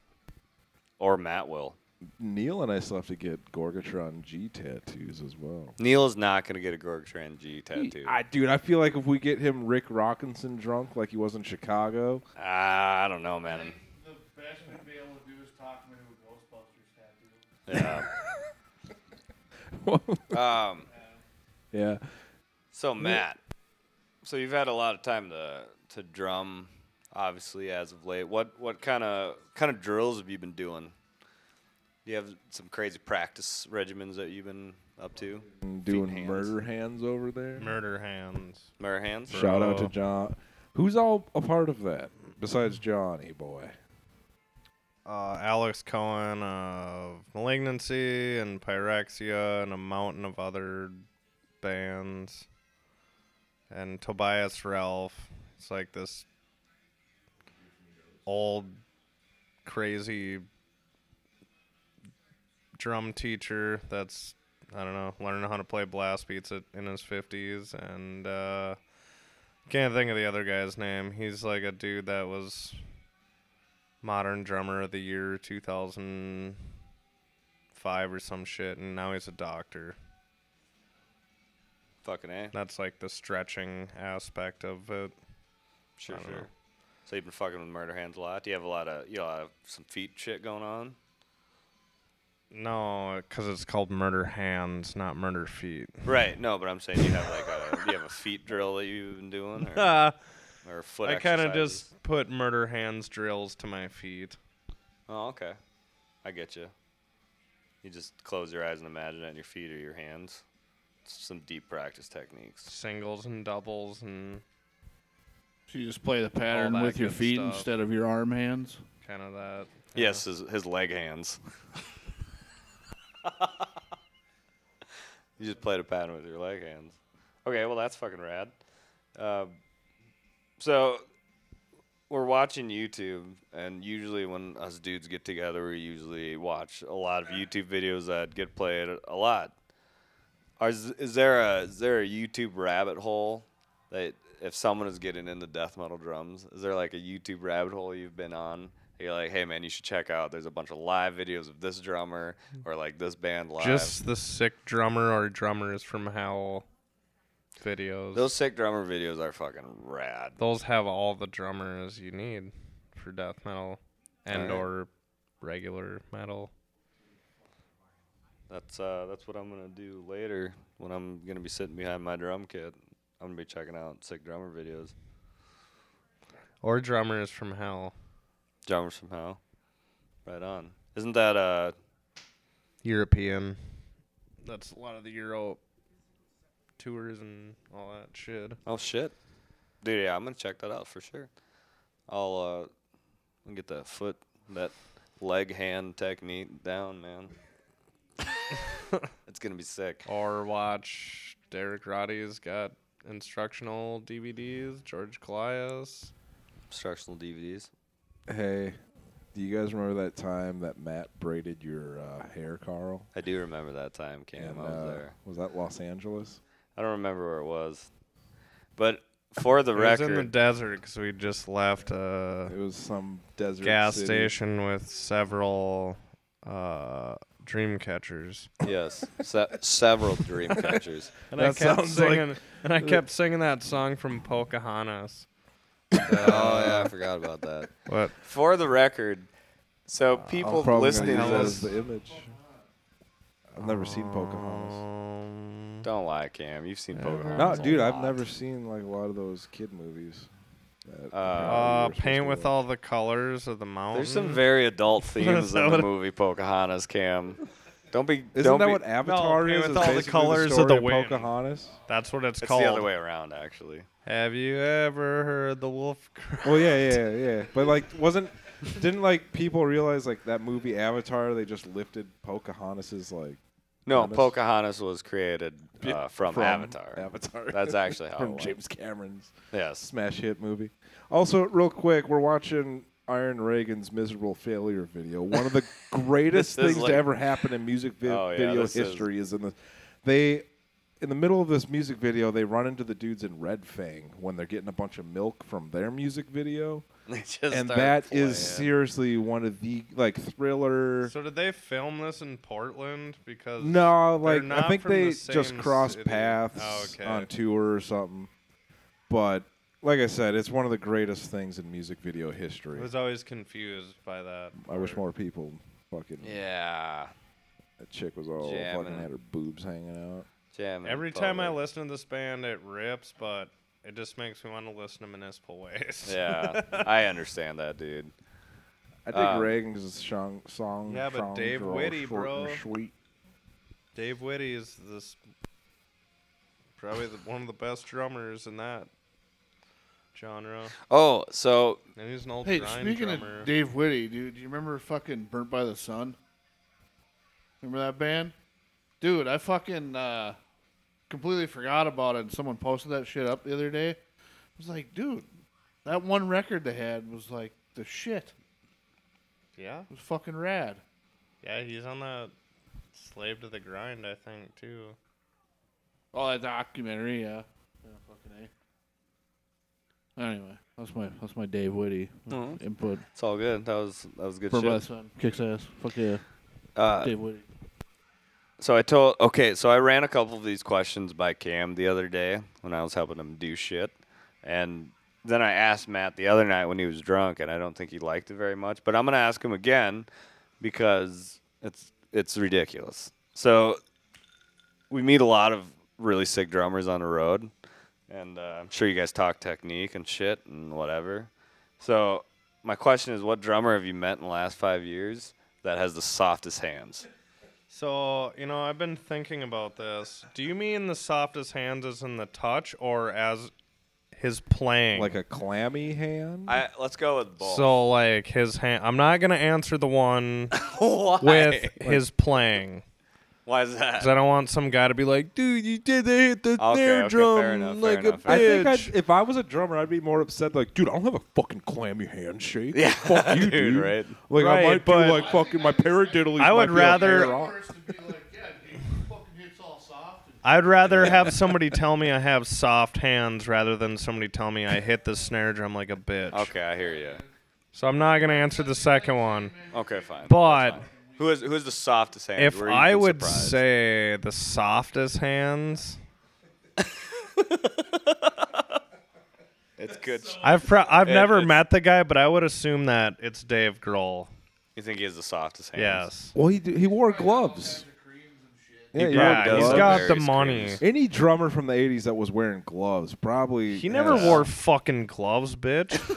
or Matt will.
Neil and I still have to get Gorgatron G tattoos as well.
Neil is not gonna get a Gorgatran G tattoo.
I, dude, I feel like if we get him Rick Rockinson drunk like he was in Chicago,
Ah, I don't know, man.
The best we'd be able to do is talk him into a Ghostbusters tattoo.
Yeah. um.
yeah.
So Matt, so you've had a lot of time to to drum, obviously as of late. What what kind of kind of drills have you been doing? Do you have some crazy practice regimens that you've been up to?
And
Feet
doing
hands.
murder hands over there.
Murder hands.
Mirror hands.
Shout out to
Bro.
John. Who's all a part of that besides Johnny boy?
uh, Alex Cohen of Malignancy and Pyrexia and a mountain of other bands. And Tobias Ralph. It's like this old, crazy drum teacher that's, I don't know, learning how to play blast beats at, in his 50s. And uh, can't think of the other guy's name. He's like a dude that was modern drummer of the year 2005 or some shit and now he's a doctor
Fucking a.
that's like the stretching aspect of it
Sure,
I don't
sure.
know.
So you've been fucking with murder hands a lot. Do you have a lot of you know have some feet shit going on?
no because it's called murder hands not murder feet
Right. No, but I'm saying you have like a do you have a feet drill that you've been doing, or,
Uh,
or foot?
I kind of
exercises?
just put murder hands drills to my feet.
Oh, okay. I get you. You just close your eyes and imagine it in your feet or your hands. It's some deep practice techniques.
Singles and doubles and
So you just play the pattern
that
with your
good
feet
stuff.
instead of your arm hands.
kind of that.
Yes, his, his leg hands. you just played a pattern with your leg hands. Okay, well that's fucking rad. Um, so we're watching YouTube, and usually when us dudes get together, we usually watch a lot of YouTube videos that get played a lot. Are, is is there a is there a YouTube rabbit hole that if someone is getting into death metal drums, is there like a YouTube rabbit hole you've been on? that You're like, hey man, you should check out. There's a bunch of live videos of this drummer or like this band live.
Just the sick drummer or drummers from Howl videos.
Those sick drummer videos are fucking rad.
Those have all the drummers you need for death metal and
Alright.
or regular metal.
That's uh, that's what I'm gonna do later when I'm gonna be sitting behind my drum kit. I'm gonna be checking out sick drummer videos.
Or drummers from Hell.
Drummers from Hell. Right on. Isn't that uh
European. That's a lot of the Euro tours and all that shit.
oh shit. Dude, yeah, I'm gonna check that out for sure. I'll uh get that foot that leg hand technique down, man. it's gonna be sick.
Or watch Derek Roddy's got instructional DVDs, George Colias.
Instructional DVDs.
Hey, do you guys remember that time that Matt braided your uh, hair, Carl?
I do remember that time, Cam.
And,
I was
uh,
there.
Was that Los Angeles?
I don't remember where it was. But for the
It was
record
in the desert because we just left a
It was some desert
gas
city.
station with several uh, dream catchers.
Yes, se- several dream catchers.
And
That
I kept
sounds like-
singing, and I kept singing that song from Pocahontas.
oh yeah, I forgot about that.
What?
For the record, so people
I'm probably gonna
listening
use
to
that as
this,
the image. I've never seen Pocahontas.
Um,
don't lie, Cam. You've seen
No,
Pocahontas. a
dude, I've
lot.
never seen like a lot of those kid movies. that
uh,
Uh,
apparently we oh, were supposed
paint
to
with
watch.
all the colors of the mountain.
There's some very adult themes in
Mm. that
the
what-
movie Pocahontas, Cam. Don't be.
Isn't
don't
that
be,
what Avatar
paint
is?
with
is
all the
basically
colors of
story
the wind.
Pocahontas.
That's what it's,
It's
called.
the other way around, actually.
Have you ever heard the wolf cry?
Well, yeah, yeah, yeah. But like, wasn't didn't like people realize like that movie Avatar? They just lifted Pocahontas's like
No,
Pocahontas?
Pocahontas was created uh, from, Avatar.
Avatar.
That's actually how it
from
was.
James Cameron's
Yes.
smash hit movie. Also, real quick, we're watching Iron Reagan's miserable failure video. One of the greatest
This is
things
like-
to ever happen in music vi-
Oh, yeah,
video
this is-
history is in the they in the middle of this music video they run into the dudes in Red Fang when they're getting a bunch of milk from their music video.
They just
and
started
that is
playing.
seriously one of the like thriller.
So did they film this in Portland? Because
no,
they're
like I
not
think
from the
they just
same
crossed
city.
paths
Oh, okay.
on tour or something. But like I said, it's one of the greatest things in music video
I
history.
was always confused by that.
I wish
word.
more people fucking.
Yeah.
That chick was all
Jamming.
fucking had her boobs hanging out.
Jamming
Every time I
public.
listen to this band, it rips, but it just makes me want to listen to Municipal Waste.
Yeah, I understand that, dude.
I think
Uh,
Reagan's song, song
Yeah, but
songs
Dave
are all
Whitty,
short
bro.
and sweet.
Dave Whitty is this probably the, one of the best drummers in that genre,
Oh, so
and he's an old
Hey,
grind
speaking
drummer.
of Dave Whitty, dude, do you remember fucking Burnt by the Sun? Remember that band? Dude, I fucking uh, completely forgot about it, and someone posted that shit up the other day. I was like, dude, that one record they had was like the shit.
yeah,
It was fucking rad.
yeah, he's on that Slave to the Grind, I think, too.
Oh, that documentary, yeah. Yeah, fucking A. Anyway, that's my that's my Dave Whitty
Mhm.
input.
it's all good. That was that was good
Burnt by the
shit.
Sun kicks ass. Fuck yeah,
Uh,
Dave Whitty.
so I told okay, so I ran a couple of these questions by Cam the other day when I was helping him do shit, and then I asked Matt the other night when he was drunk, and I don't think he liked it very much. But I'm gonna ask him again because it's it's ridiculous. So we meet a lot of really sick drummers on the road, and uh, I'm sure you guys talk technique and shit and whatever. So my question is, what drummer have you met in the last five years that has the softest hands?
So, you know, I've been thinking about this. Do you mean the softest hands is in the touch or as his playing?
Like a clammy hand?
I let's go with both.
so like his hand I'm not going to answer the one
why?
with his playing.
why is that?
Cuz I don't want some guy to be like, "Dude, you did they hit the
Okay,
snare
okay,
drum
fair enough, fair
like a
enough,
bitch."
fair
I think I'd, if I was a drummer, I'd be more upset. Like, dude, I don't have a fucking clammy handshake.
Yeah,
fuck you,
dude,
dude.
right.
Like,
Right,
I might do
but-
like fucking my paradiddle.
I would rather-
person to be like, yeah, dude, fucking hits all soft. And
I'd rather have somebody tell me I have soft hands rather than somebody tell me I hit the snare drum like a bitch.
Okay, I hear you.
So I'm not going to answer the second one.
Okay, fine.
But-
That's fine. who is who is the softest hands?
If
Where you've
I
been
would
surprised?
say the softest hands,
it's good,
I've pro- I've
It-
never
it's-
met the guy, but I would assume that it's Dave Grohl.
you think he has the softest
Yes.
hands?
Well, he he wore gloves. Yeah,
He
Yeah,
probably
he's
does.
got
Very
the
screws.
money.
Any drummer from the '80s that was wearing gloves probably
He never
has-
wore fucking gloves, bitch.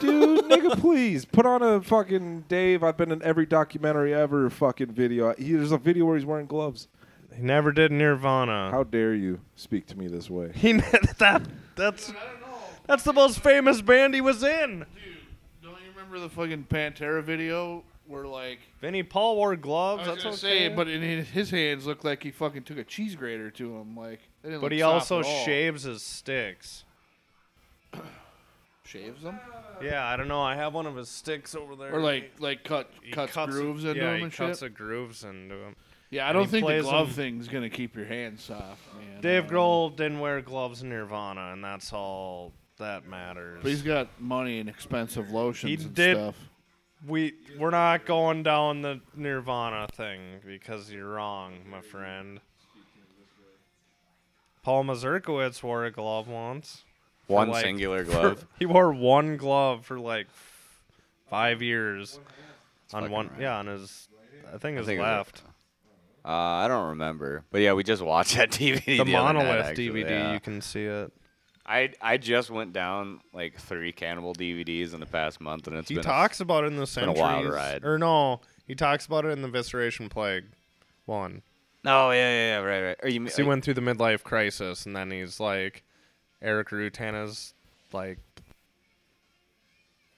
Dude, nigga, please put on a fucking Dave. I've been in every documentary ever. Fucking video. He, there's a video where he's wearing gloves.
he never did Nirvana.
How dare you speak to me this way?
He ne- that that's
I don't know,
that's the most famous band he was in.
dude. Don't you remember the fucking Pantera video where like
Vinnie Paul wore gloves.
I was
That's
gonna
okay.
say, but in his, his hands looked like he fucking took a cheese grater to him. Like, they didn't
but
look
he
soft
also
at all.
shaves his sticks.
shaves them,
Yeah, I don't know. I have one of his sticks over there.
or like like cut
He
cuts, grooves into
yeah,
him
he
and
cuts
shit.
the grooves into him.
yeah, I
and
don't
he
think the
plays
glove
them-
thing's gonna keep your hands soft, man.
Dave
Uh,
Grohl didn't wear gloves in Nirvana, and that's all that matters.
but he's got money and expensive lotions and
did-
stuff.
we we're not going down the Nirvana thing because you're wrong, my friend. Paul Mazurkowitz wore a glove once. for
One
like-
singular
for-
glove.
he wore one glove for like five years. on
fucking
one,
right.
yeah, on his, I think his
think it was-
left.
Uh, I don't remember, but yeah, we just watched that DVD. The,
The,
other night,
monolith
actually,
DVD,
yeah.
you can see it.
I I just went down like three Cannibal DVDs in the past month, and it's
He
been a-
talks about it in the
been a
centuries.
wild ride.
Or no, he talks about it in the Visceration Plague one.
oh yeah yeah yeah right right. Are you
So he went through the midlife crisis, and then he's like, Eric Rutana's like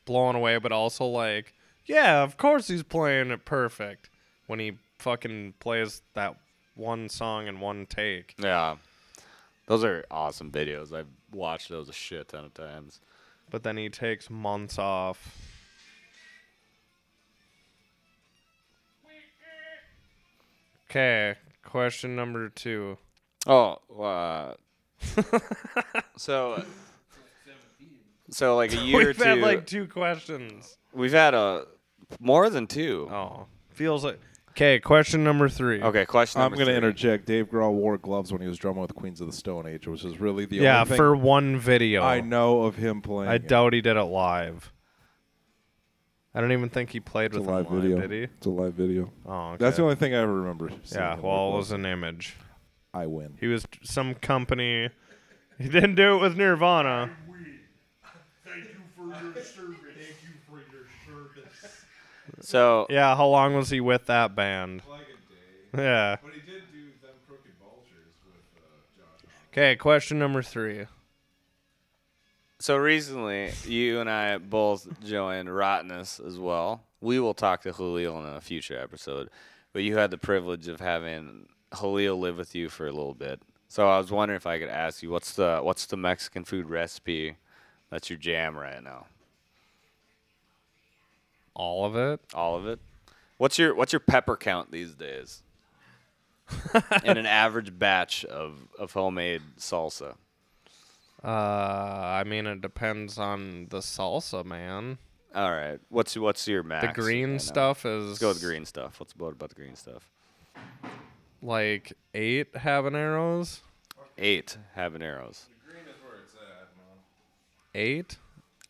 blown away, but also like, yeah, of course he's playing it perfect when he fucking plays that one song in one take.
yeah. Those are awesome videos. I've watched those a shit ton of times.
But then he takes months off. Okay, question number two.
Oh, uh, so so like a year or
We've
two.
had like two questions.
we've had a more than two.
Oh, feels like. Okay, question number three.
Okay, question.
I'm
number
going to
three.
interject. Dave Grohl wore gloves when he was drumming with Queens of the Stone Age, which is really the
Yeah,
only thing
for one video.
I know of him playing.
I
it.
doubt he did it live. I don't even think he played
It's a
with
live
him live,
video.
did he?
It's a live video.
Oh, okay.
That's the only thing I ever remember. seeing
Yeah,
him wear
well, it
gloves.
was an image.
I win.
He was some company. He didn't do it with Nirvana.
So
Yeah, how long was he with that band? Yeah.
But he did do them crooked vultures with uh,
Okay, question number three.
So recently, you and I both joined Rottenness as well. We will talk to Halil in a future episode, but you had the privilege of having Halil live with you for a little bit. So I was wondering if I could ask you what's the what's the Mexican food recipe that's your jam right now?
All of it?
All of it. What's your what's your pepper count these days? and an average batch of, of homemade salsa.
Uh, I mean, it depends on the salsa, man.
All right. What's what's your max?
The green
right now?
stuff is.
Let's go with green stuff. What's about about the green stuff?
Like eight habaneros.
Eight habaneros.
Eight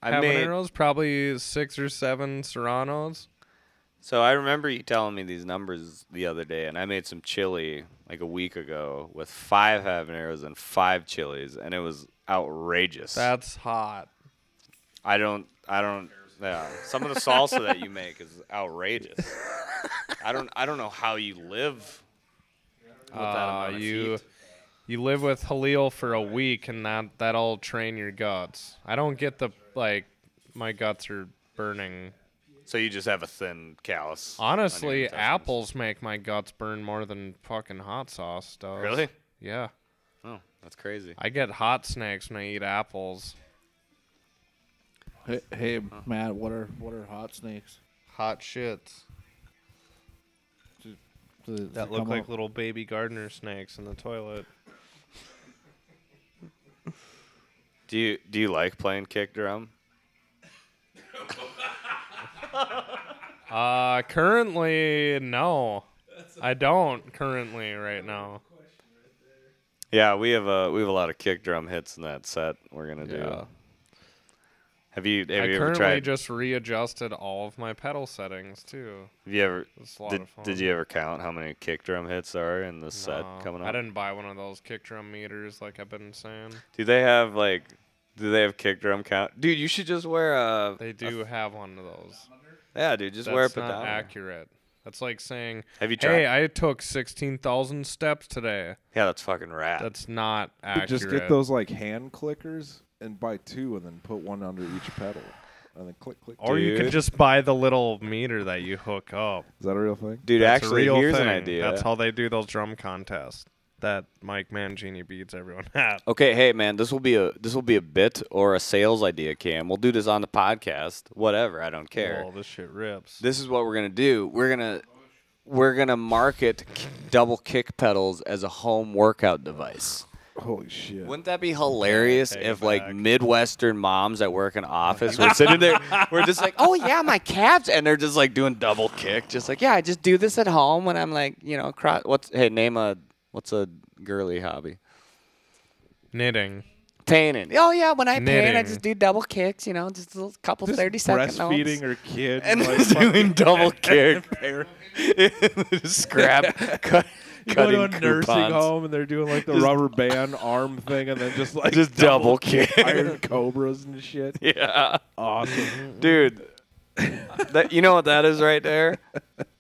I made
habaneros, probably six or seven serranos.
So I remember you telling me these numbers the other day, and I made some chili like a week ago with five habaneros and five chilies, and it was outrageous.
That's hot.
I don't, I don't, yeah. Some of the salsa that you make is outrageous. I don't, I don't know how you live. With that
Uh,
amount of
you
heat.
you live with Halil for a week and that that'll train your guts. I don't get the like my guts are burning.
So you just have a thin callus. on your
Honestly,
intestines.
apples make my guts burn more than fucking hot sauce does.
Really?
Yeah.
Oh, that's crazy.
I get hot snakes when I eat apples.
Hey, hey Matt, what are what are hot snakes?
Hot shits.
Do they-
That
they
look
come
like
out-
little baby gardener snakes in the toilet.
Do you do you like playing kick drum?
Uh currently no. I don't currently right now.
Yeah, we have a we have a lot of kick drum hits in that set. We're gonna
Yeah.
do. Have you have
I
you ever
currently
tried?
just readjusted all of my pedal settings too.
have you ever
It's a lot
did,
of fun.
did you ever count how many kick drum hits are in this set
No,
coming up?
I didn't buy one of those kick drum meters like I've been saying.
Do they have like? Do they have kick drum count? Dude, you should just wear a.
They do have one of those.
Yeah, dude, just
That's
wear a
not
pedometer.
accurate. That's like saying,
Have you tried?
"Hey, I took sixteen thousand steps today."
yeah, that's fucking rad.
That's not
But
accurate.
just get those like hand clickers and buy two and then put one under each pedal and then click click.
or you
dude.
could just buy the little meter that you hook up.
Is that a real thing?
dude,
That's a
actually,
real
here's an
thing.
idea.
That's how they do those drum contests that Mike Mangini beats everyone at.
Okay, hey man, this will be a this will be a bit or a sales idea, Cam. We'll do this on the podcast, whatever. I don't care.
Well, this shit rips.
This is what we're gonna do. We're gonna we're gonna market k- double kick pedals as a home workout device.
Holy shit!
Wouldn't that be hilarious
Take it
if like
back.
Midwestern moms that work in office were sitting there, we're just like, oh yeah, my calves, and they're just like doing double kick, just like yeah, I just do this at home when I'm like, you know, cross. What's hey, name a what's a girly hobby?
Knitting.
painting. Oh yeah, when I paint, I
Knitting.
just do double kicks. You know, just a little couple thirty second
breastfeeding
notes.
her kid
And
like,
just doing double kick, scrap, cut,
go
cutting
to a nursing
coupons.
home and they're doing like the rubber band arm thing and then just like
Just double kick.
iron cobras and shit.
Yeah,
Awesome.
dude. that you know what that is right there?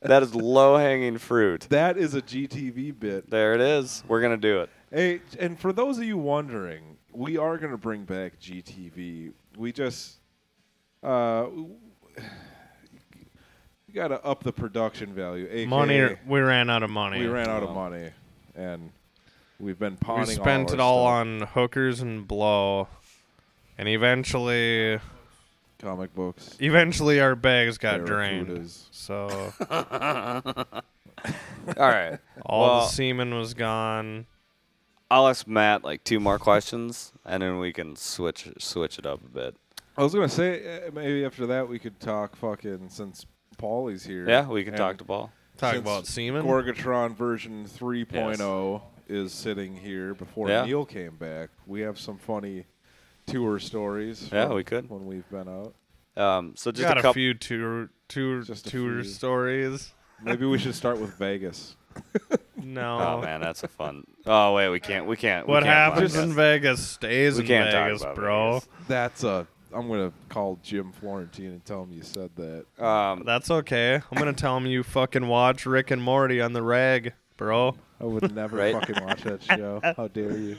That is low hanging fruit.
That is a GTV bit.
There it is. We're gonna do it.
Hey, and for those of you wondering, we are going to bring back GTV. We just uh w- you got to up the production value. AKA,
Money. We ran out of money.
We ran out of money and we've been
We
pawning
spent
all
it all
our stuff.
on hookers and blow, and eventually,
comic books.
eventually our bags got drained.
barracudas.
So
All right.
all the
Well-
semen was gone.
I'll ask Matt like two more questions, and then we can switch switch it up a bit.
I was gonna say uh, maybe after that we could talk fucking since Paulie's here.
Yeah, we can
and
talk to Paul.
Talk
Since
about semen.
Gorgatron version 3.0 is sitting here before
Yeah.
Neil came back. We have some funny tour stories.
Yeah,
from
we could.
when we've been out.
Um, so just
got
a
a,
couple.
few tour tour
Just a
tour
few.
stories.
Maybe we should start with Vegas.
No.
Oh man, that's a fun. Oh wait, we can't. We can't. we
What
can't
happens
podcast.
in Vegas stays
We
in
can't talk
Vegas,
about
bro.
Vegas.
That's a. I'm gonna call Jim Florentine and tell him you said that.
Um,
That's okay. I'm gonna tell him you fucking watch Rick and Morty on the rag, bro.
I would never
Right.
fucking watch that show. How dare you?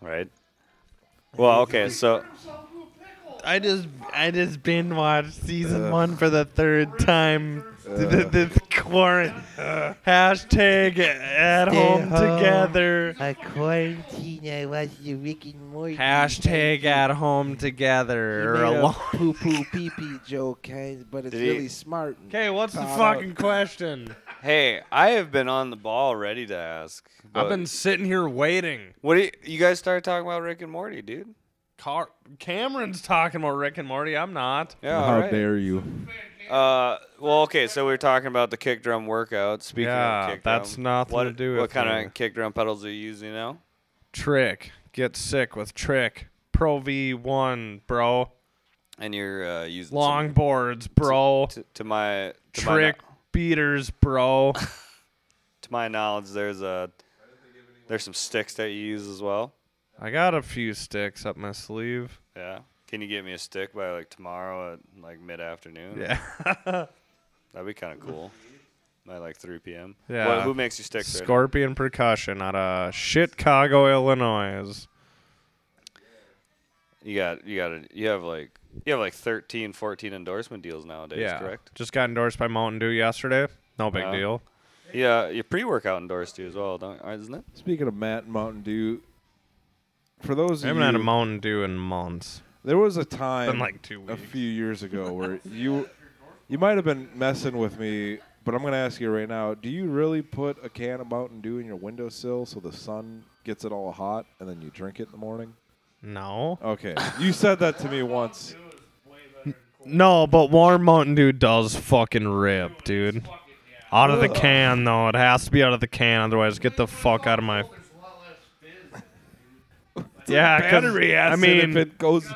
right. Well, okay. So
I just I just been watched season one for the third time.
Th-
this quarantine hashtag at home, together.
I quarantine. I watch the Rick and Morty.
Hashtag at home together or alone.
poo poo pee pee joke, kind, but it's
Did he-
really smart.
Okay, what's the
Shout
fucking question?
hey, I have been on the ball, ready to ask.
I've
but-
been sitting here waiting.
What do you, you guys started talking about Rick and Morty, dude?
Car- Cameron's talking about Rick and Morty. I'm not.
Yeah.
How
all right.
dare you?
Uh, well, okay. So we were talking about the kick drum workout. Speaking
Yeah,
of kick
that's
drum,
nothing
what,
to do
What
with
kind
me.
of kick drum pedals are you using now?
Trick. Get sick with Trick. Pro V1, bro.
and you're uh, using some-
Longboards, bro.
to, to my to my, kno-
Trick beaters, bro.
to my knowledge, there's a there's some sticks that you use as well.
I got a few sticks up my sleeve.
Yeah. Can you get me a stick by like tomorrow at like mid afternoon?
Yeah.
That'd be kind of cool. By like 3 p.m.
Yeah.
What- who makes you sticks? right now?
Scorpion Percussion out of Chicago, Illinois.
You got you got a, you have like you have like 13, 14 endorsement deals nowadays,
yeah.
correct?
Just got endorsed by Mountain Dew yesterday. No big
Yeah.
deal.
Yeah, your pre-workout endorsed you as well, don't isn't it?
Speaking of Matt and Mountain Dew, for those
I
of
haven't had a
you,
Mountain Dew in months.
there was a time
Been like two
a
weeks.
few years ago where you you might have been messing with me, but I'm going to ask you right now: Do you really put a can of Mountain Dew in your windowsill so the sun gets it all hot, and then you drink it in the morning?
No.
Okay, you said that to me once.
No, but warm Mountain Dew does fucking rip, dude. Out of the can though, it has to be out of the can. Otherwise, get the fuck out of my.
There's a lot less fizz.
Yeah, 'cause,
Battery
I
acid.
mean,
if it goes,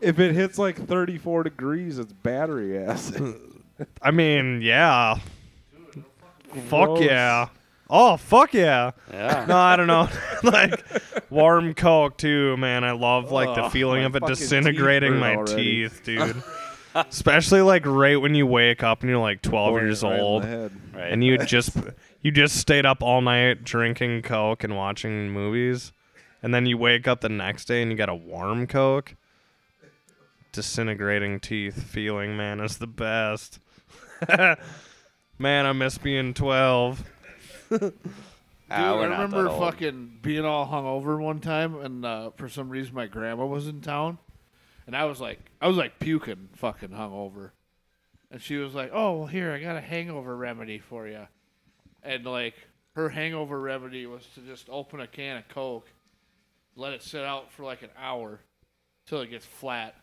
if it hits like 34 degrees, it's battery acid.
I mean, yeah. Fuck
Gross.
yeah. Oh fuck yeah.
Yeah.
No, I don't know. like warm Coke too, man. I love like the
Ugh,
feeling
my
of it
fucking teeth
disintegrating
hurt
my
already.
teeth, dude. Especially like right when you wake up and you're like 12
Boy,
years
right in the
old.
head.
Right.
and you just you just stayed up all night drinking coke and watching movies and then you wake up the next day and you got a warm coke disintegrating teeth feeling man is the best man i miss being 12
Dude,
Ah,
I
we're not that
remember
old.
fucking being all hungover one time, and uh, for some reason my grandma was in town, and I was like, I was like puking, fucking hungover, and she was like, "Oh, well, here I got a hangover remedy for you," and like her hangover remedy was to just open a can of Coke, let it sit out for like an hour, till it gets flat,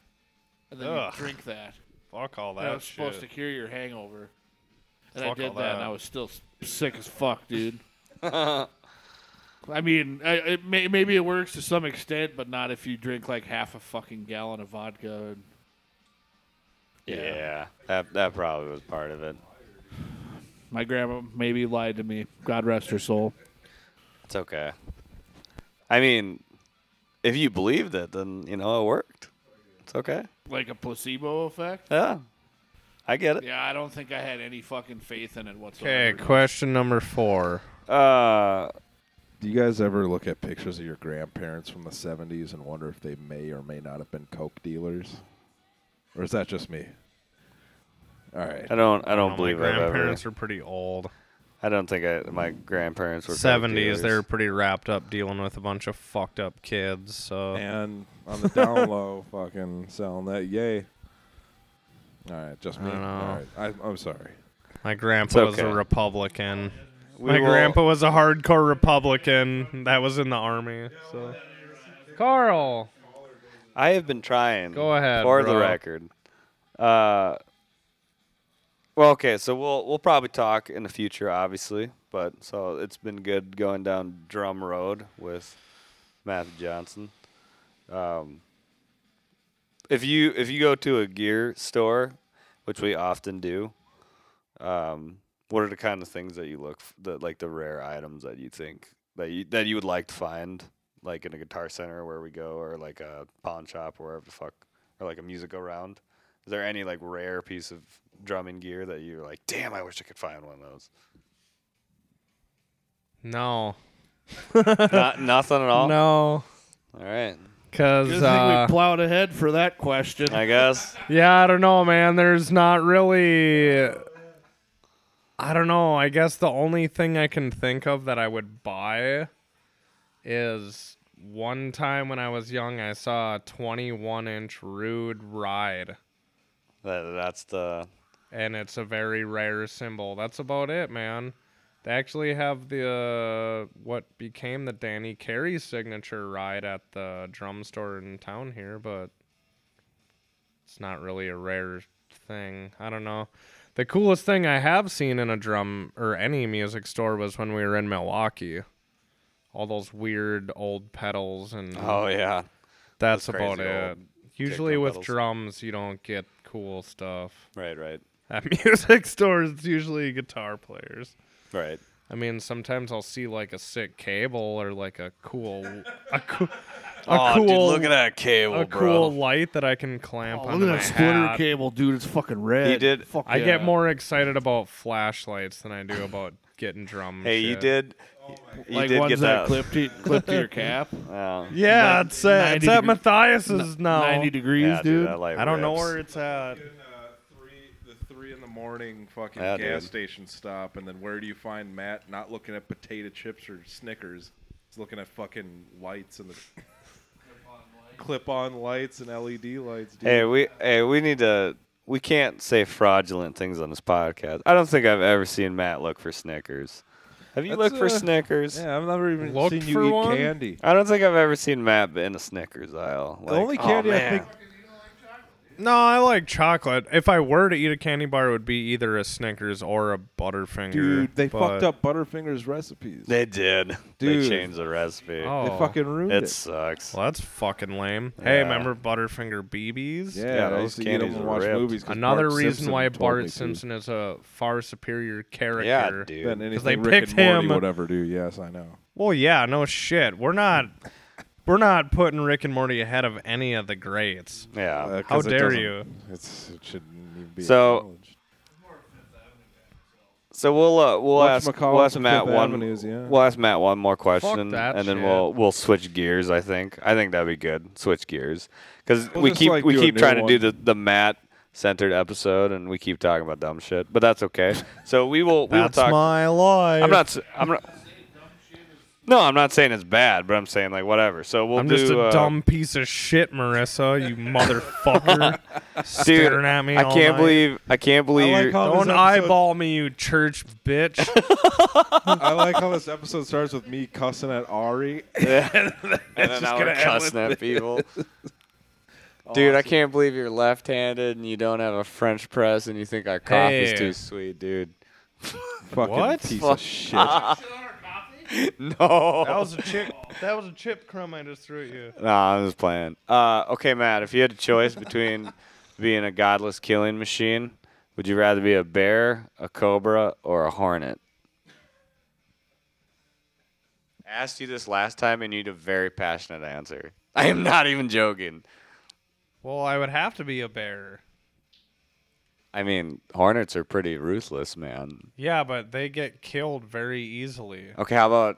and then
Ugh.
you drink that.
fuck all
That was supposed to cure your hangover, and I
Fuck
did
all
that, and
that.
I was still s- sick as fuck, dude. I mean, I, it may, maybe it works to some extent, but not if you drink like half a fucking gallon of vodka. And,
Yeah. That that probably was part of it.
my grandma maybe lied to me. God rest her soul.
It's okay. I mean, if you believed it, then you know it worked. It's okay.
Like a placebo effect.
Yeah. I get it.
Yeah, I don't think I had any fucking faith in it
okay
whatsoever.
question number four
Uh
Do you guys ever look at pictures of your grandparents from the 70s and wonder if they may or may not have been coke dealers? Or is that just me? All right.
I don't I don't
Oh, my
believe I've ever
grandparents are pretty old
I don't think I my grandparents were coke
70s they were
dealers.
pretty wrapped up dealing with a bunch of fucked up kids so
And on the down low, fucking selling that. Yay. All right, just me.
I don't know.
All right. I, I'm sorry.
my grandpa
It's
was a
okay.
republican
We
My
will-
grandpa was a hardcore Republican that was in the army. So, Carl,
I have been trying.
Go ahead,
For the
bro.
record. Uh, well, okay, so we'll we'll probably talk in the future, obviously. But so it's been good going down Drum Road with Matthew Johnson. Um, if you if you go to a gear store, which we often do, um, what are the kind of things that you look f- that like the rare items that you think that you that you would like to find like in a guitar center where we go or like a pawn shop or wherever the fuck or like a music around is there any like rare piece of drumming gear that you're like damn i wish i could find one of those
no,
Not, nothing at all
no,
all right
because
Good thing we plowed ahead for that question.
i guess
uh, yeah, I don't know, man. There's not really. I don't know. I guess the only thing I can think of that I would buy is one time when I was young, I saw a 21 inch Rude Ride,
that, that's the
and it's a very rare symbol. That's about it, man. They actually have the uh, what became the Danny Carey signature ride at the drum store in town here, but it's not really a rare thing. I don't know. The coolest thing I have seen in a drum or any music store was when we were in Milwaukee. All those weird old pedals and
oh yeah
that's
Those crazy
about it.
old
Usually
Techno
with
pedals.
drums, you don't get cool stuff.
Right, right,
At music stores, it's usually guitar players.
right.
I mean, sometimes I'll see like a sick cable or like a cool, a, coo- a
Oh,
cool,
dude, look at that cable,
a
bro.
cool light that I can clamp
Oh,
on
look
my
at that splitter
hat.
cable, dude. It's fucking red.
He did-
Fuck
I
yeah.
get more excited about flashlights than I do about getting drum.
hey, you
shit.
did. You
Like
did
ones
get that.
that, clip to clip to your cap.
Wow.
Yeah, it's at,
90
it's at
degree-
Matthias's now.
Ninety degrees,
yeah,
dude.
dude. that light
I don't know
rips.
where it's at.
The uh, three in the morning fucking
Yeah,
gas
dude.
station stop, and then where do you find Matt not looking at potato chips or Snickers? He's looking at fucking lights and the clip-on lights and LED lights. Dude.
Hey, we hey, we need to. We can't say fraudulent things on this podcast. I don't think I've ever seen Matt look for Snickers. Have you
That's,
looked for
uh,
Snickers?
yeah, I've never even
Looked
seen you
for
eat
one?
candy.
I don't think I've ever seen Matt in a Snickers aisle.
the
Oh,
only candy I think
No, I like chocolate. If I were to eat a candy bar, it would be either a Snickers or a Butterfinger.
Dude, they
but-
fucked up Butterfinger's recipes. They,
they did.
Dude.
They changed the recipe.
Oh,
fucking ruined
it sucks.
Well, that's fucking lame. Hey,
Yeah.
remember Butterfinger BBs?
it. Yeah,
Yeah,
I
those
used to eat 'em
candies
and watch
ripped.
movies. 'cause
Another
Bart
reason
Simpson
why
told
Bart
me to.
Simpson is a far superior character.
Yeah,
Than
dude.
anything
they
Rick
picked
and Morty
him.
would ever do. Yes, I know.
Well, yeah, no shit. We're not, we're not putting Rick and Morty ahead of any of the greats.
Yeah.
Uh,
How
'cause it
dare
doesn't-
you?
It's, it shouldn't even be
So-
acknowledged.
So we'll uh, we'll
Watch
ask
McCall
we'll ask
and
Matt
Fifth
one
Avenues, yeah.
we'll ask Matt one more question
that
and then
shit.
we'll we'll switch gears. I think I think that'd be good. Switch gears because
We'll
we
just,
keep
like,
we
do a
keep
new
trying
one.
to do the the Matt centered episode and we keep talking about dumb shit, but that's okay. So we will we will
That's
talk.
my life.
I'm not s- I'm not. No, I'm not saying it's bad, but I'm saying like whatever. So we'll
I'm
do.
just a
uh,
dumb piece of shit, Marissa. You motherfucker,
dude.
staring at me.
I
all
can't
night.
believe I can't believe
like
you're-
how
Don't
This episode-
eyeball me, you church bitch.
I like how this episode starts with me cussing at Ari.
and then now we're cussing at people. Dude, I can't believe you're left-handed and you don't have a French press and you think our coffee's
Hey.
too sweet, dude.
Fucking
What?
piece of shit.
That
No.
was a chip. That was a chip crumb I just threw at you.
No, I'm just playing. Uh, okay, Matt, if you had a choice between being a godless killing machine, would you rather be a bear, a cobra, or a hornet? I asked you this last time and you had a very passionate answer. I am not even joking.
Well, I would have to be a bear.
I mean, hornets are pretty ruthless, man.
Yeah, but they get killed very easily.
Okay, how about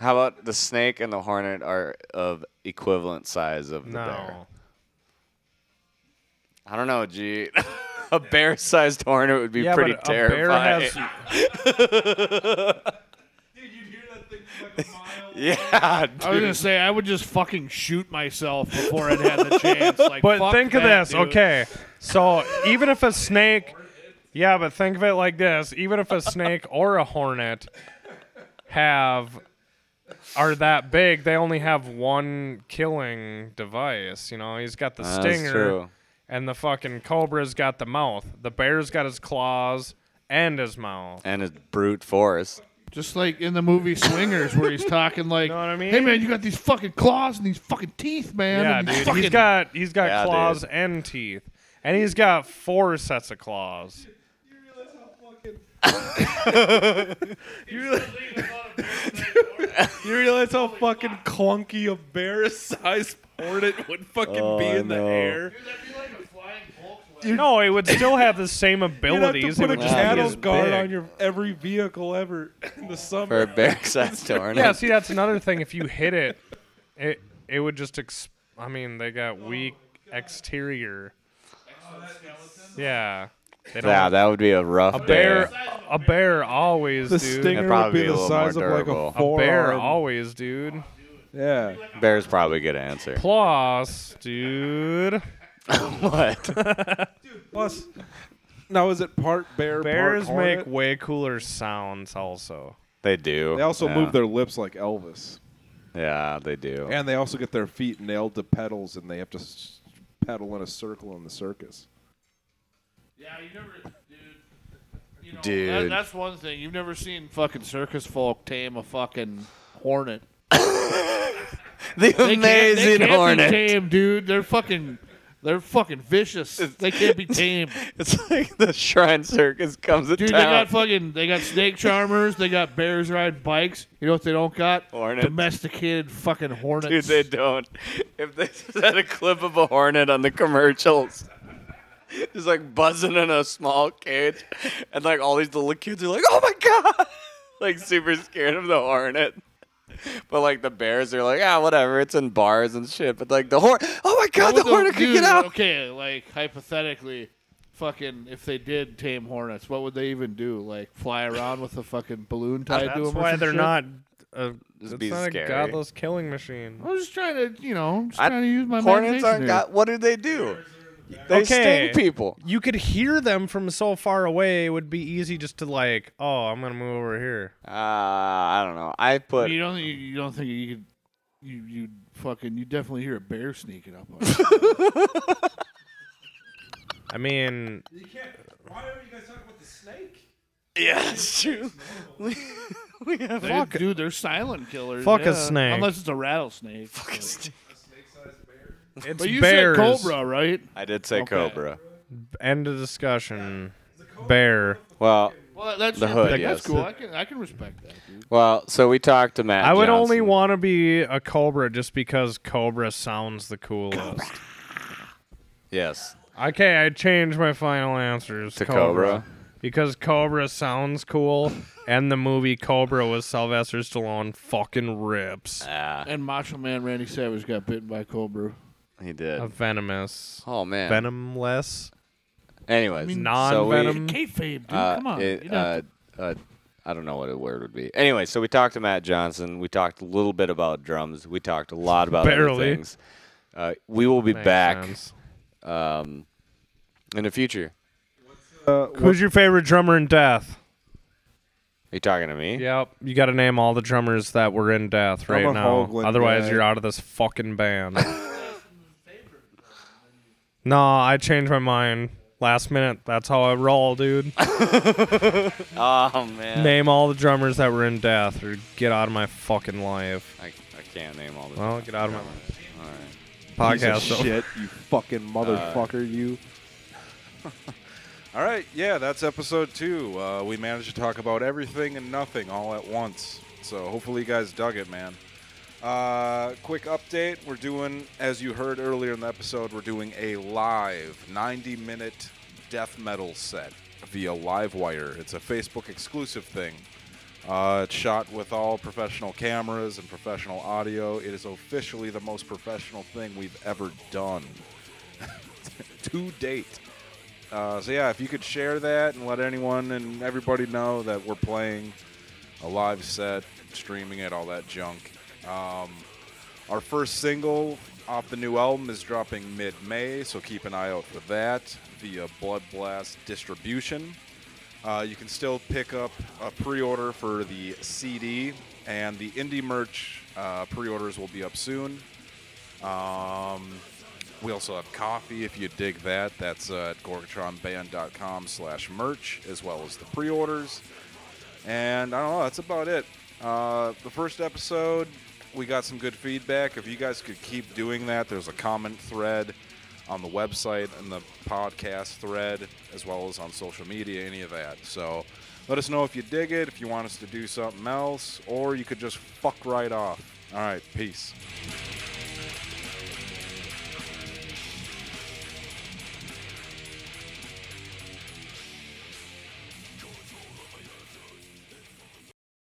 how about the snake and the hornet are of equivalent size of the bear?
No.
I don't know, G. a bear-sized hornet would be
Yeah,
pretty
but
terrifying.
a bear has. Oh,
yeah, dude.
I was gonna say I would just fucking shoot myself before it had the chance. Like,
But
fuck
think of
that,
this,
dude.
okay? So even if a snake, yeah, but think of it like this: even if a snake or a hornet have are that big, they only have one killing device. You know, he's got the
That's
stinger,
true.
and the fucking cobra's got the mouth. The bear's got his claws and his mouth.
And it's brute force.
Just like in the movie Swingers, where he's talking like,
Know what I mean?
"Hey man, you got these fucking claws and these fucking teeth, man."
Yeah,
and these
dude.
Fucking,
He's got he's got
Yeah,
claws
dude.
and teeth, and he's got four sets of claws.
You realize how fucking clunky a bear-sized hornet would fucking be
I
in the
know.
air?
no, it would still have the same
You'd have to
abilities. It
put a
would just be
cattle
cattle
as
guard
big.
on your every vehicle ever in the
For
summer.
a bear-sized hornet.
Yeah, see, that's another thing. If you hit it, it it would just. Exp- I mean, they got weak exterior. Yeah. They don't,
yeah, that would be a rough
a bear, a bear always,
the
dude.
stinger would
probably
be the
be a little more
size of like
durable.
a
A
a bear
forearm.
always, dude.
yeah.
Bear's probably a good answer.
Plus, dude.
what?
Plus, now is it part bear?
Bears
part
make
hornet?
way cooler sounds, also.
They do.
They also
yeah.
move their lips like Elvis,
Yeah, they do.
and they also get their feet nailed to pedals, and they have to s- pedal in a circle in the circus.
Yeah, you never, dude. You know,
Dude.
that- that's one thing. You've never seen fucking circus folk tame a fucking hornet.
the
They can't- they
amazing
can't be
hornet.
tame, dude. They're fucking, they're fucking vicious. They can't be tamed.
It's like the Shrine Circus comes to
Dude, they
town.
got fucking, they got snake charmers. They got bears riding bikes. You know what they don't got?
Hornets.
Domesticated fucking hornets.
Dude, they don't. If they set a clip of a hornet on the commercials, just like buzzing in a small cage, and like all these little kids are like, "Oh my god!" Like super scared of the hornet. But like the bears are like, ah, whatever. It's in bars and shit. But like the hornet, oh my god, the
What would
hornet could
dude,
get out.
Okay, like hypothetically, fucking if they did tame hornets, what would they even do? Like fly around with a fucking balloon tied to
That's
them? or
why
some
they're
shit?
not. A, it's
Just be
not
scary.
a godless killing machine.
I'm just trying to, you know, I'm just
I-
trying to use my
Hornets
imagination
aren't
here.
got. What do they do? They
Okay.
sting people.
You could hear them from so far away. It would be easy just to like, oh, I'm gonna move over here.
Uh, I don't know. I put.
you don't think you don't think you could you you fucking you definitely hear a bear sneaking up on you.
I mean,
You can't. Why are you guys talking about the snake?
Yeah, that's true. We, we have
They- dude, they're silent killers.
Fuck a
yeah.
snake.
unless it's a rattlesnake. Fuck a snake.
it's
But you
bears.
said cobra, right?
I did say
Okay.
cobra.
End of discussion. Bear.
Well,
Well, that's
The
your
hood,
pick.
yes.
That's cool. I can I can respect that. Dude.
well. So we talked to Matt.
I would
Johnson.
only want to be a cobra just because cobra sounds the coolest.
Yes,
Okay, I changed my final answers
to cobra.
because Cobra sounds cool, and the movie Cobra with Sylvester Stallone fucking rips.
Ah,
And Macho Man Randy Savage got bitten by a cobra.
he did.
A venomous,
Oh man.
venomless,
Anyways, so we-
non-venom.
Kayfabe, dude.
uh,
come on.
it-
You don't have
uh, uh, I don't know what a word would be. Anyway, so we talked to Matt Johnson. We talked a little bit about drums. We talked a lot about other
Barely.
things. Uh, we will be
Makes
back
sense.
um, in the future.
Uh, what-
Who's your favorite drummer in Death?
Are you talking to me?
Yep, you got to name all the drummers that were in Death
I'm
right
a
now.
Hoagland
Otherwise,
guy.
you're out of this fucking band. no, I changed my mind last minute. That's how I roll, dude.
Oh man.
name all the drummers that were in Death, or get out of my fucking life.
I, I can't name all the.
Well, get out of my
All right.
piece of
podcast. over.
shit, you fucking motherfucker, you. all right, yeah, that's episode two. Uh, we managed to talk about everything and nothing all at once. So hopefully you guys dug it, man. Uh, quick update: We're doing, as you heard earlier in the episode, we're doing a live 90-minute death metal set via LiveWire. It's a Facebook exclusive thing. Uh, it's shot with all professional cameras and professional audio. It is officially the most professional thing we've ever done to date. Uh, so yeah, if you could share that and let anyone and everybody know that we're playing a live set, streaming it, all that junk. Um, our first single off the new album is dropping mid-May, so keep an eye out for that via Blood Blast Distribution. Uh, you can still pick up a pre-order for the CD, and the indie merch uh, pre-orders will be up soon. Um, we also have coffee if you dig that. That's uh, at gorgatronband.com slash merch, as well as the pre-orders. And I don't know, that's about it. Uh, the first episode, we got some good feedback. If you guys could keep doing that, there's a comment thread on the website and the podcast thread, as well as on social media, any of that. So let us know if you dig it, if you want us to do something else, or you could just fuck right off. All right, peace.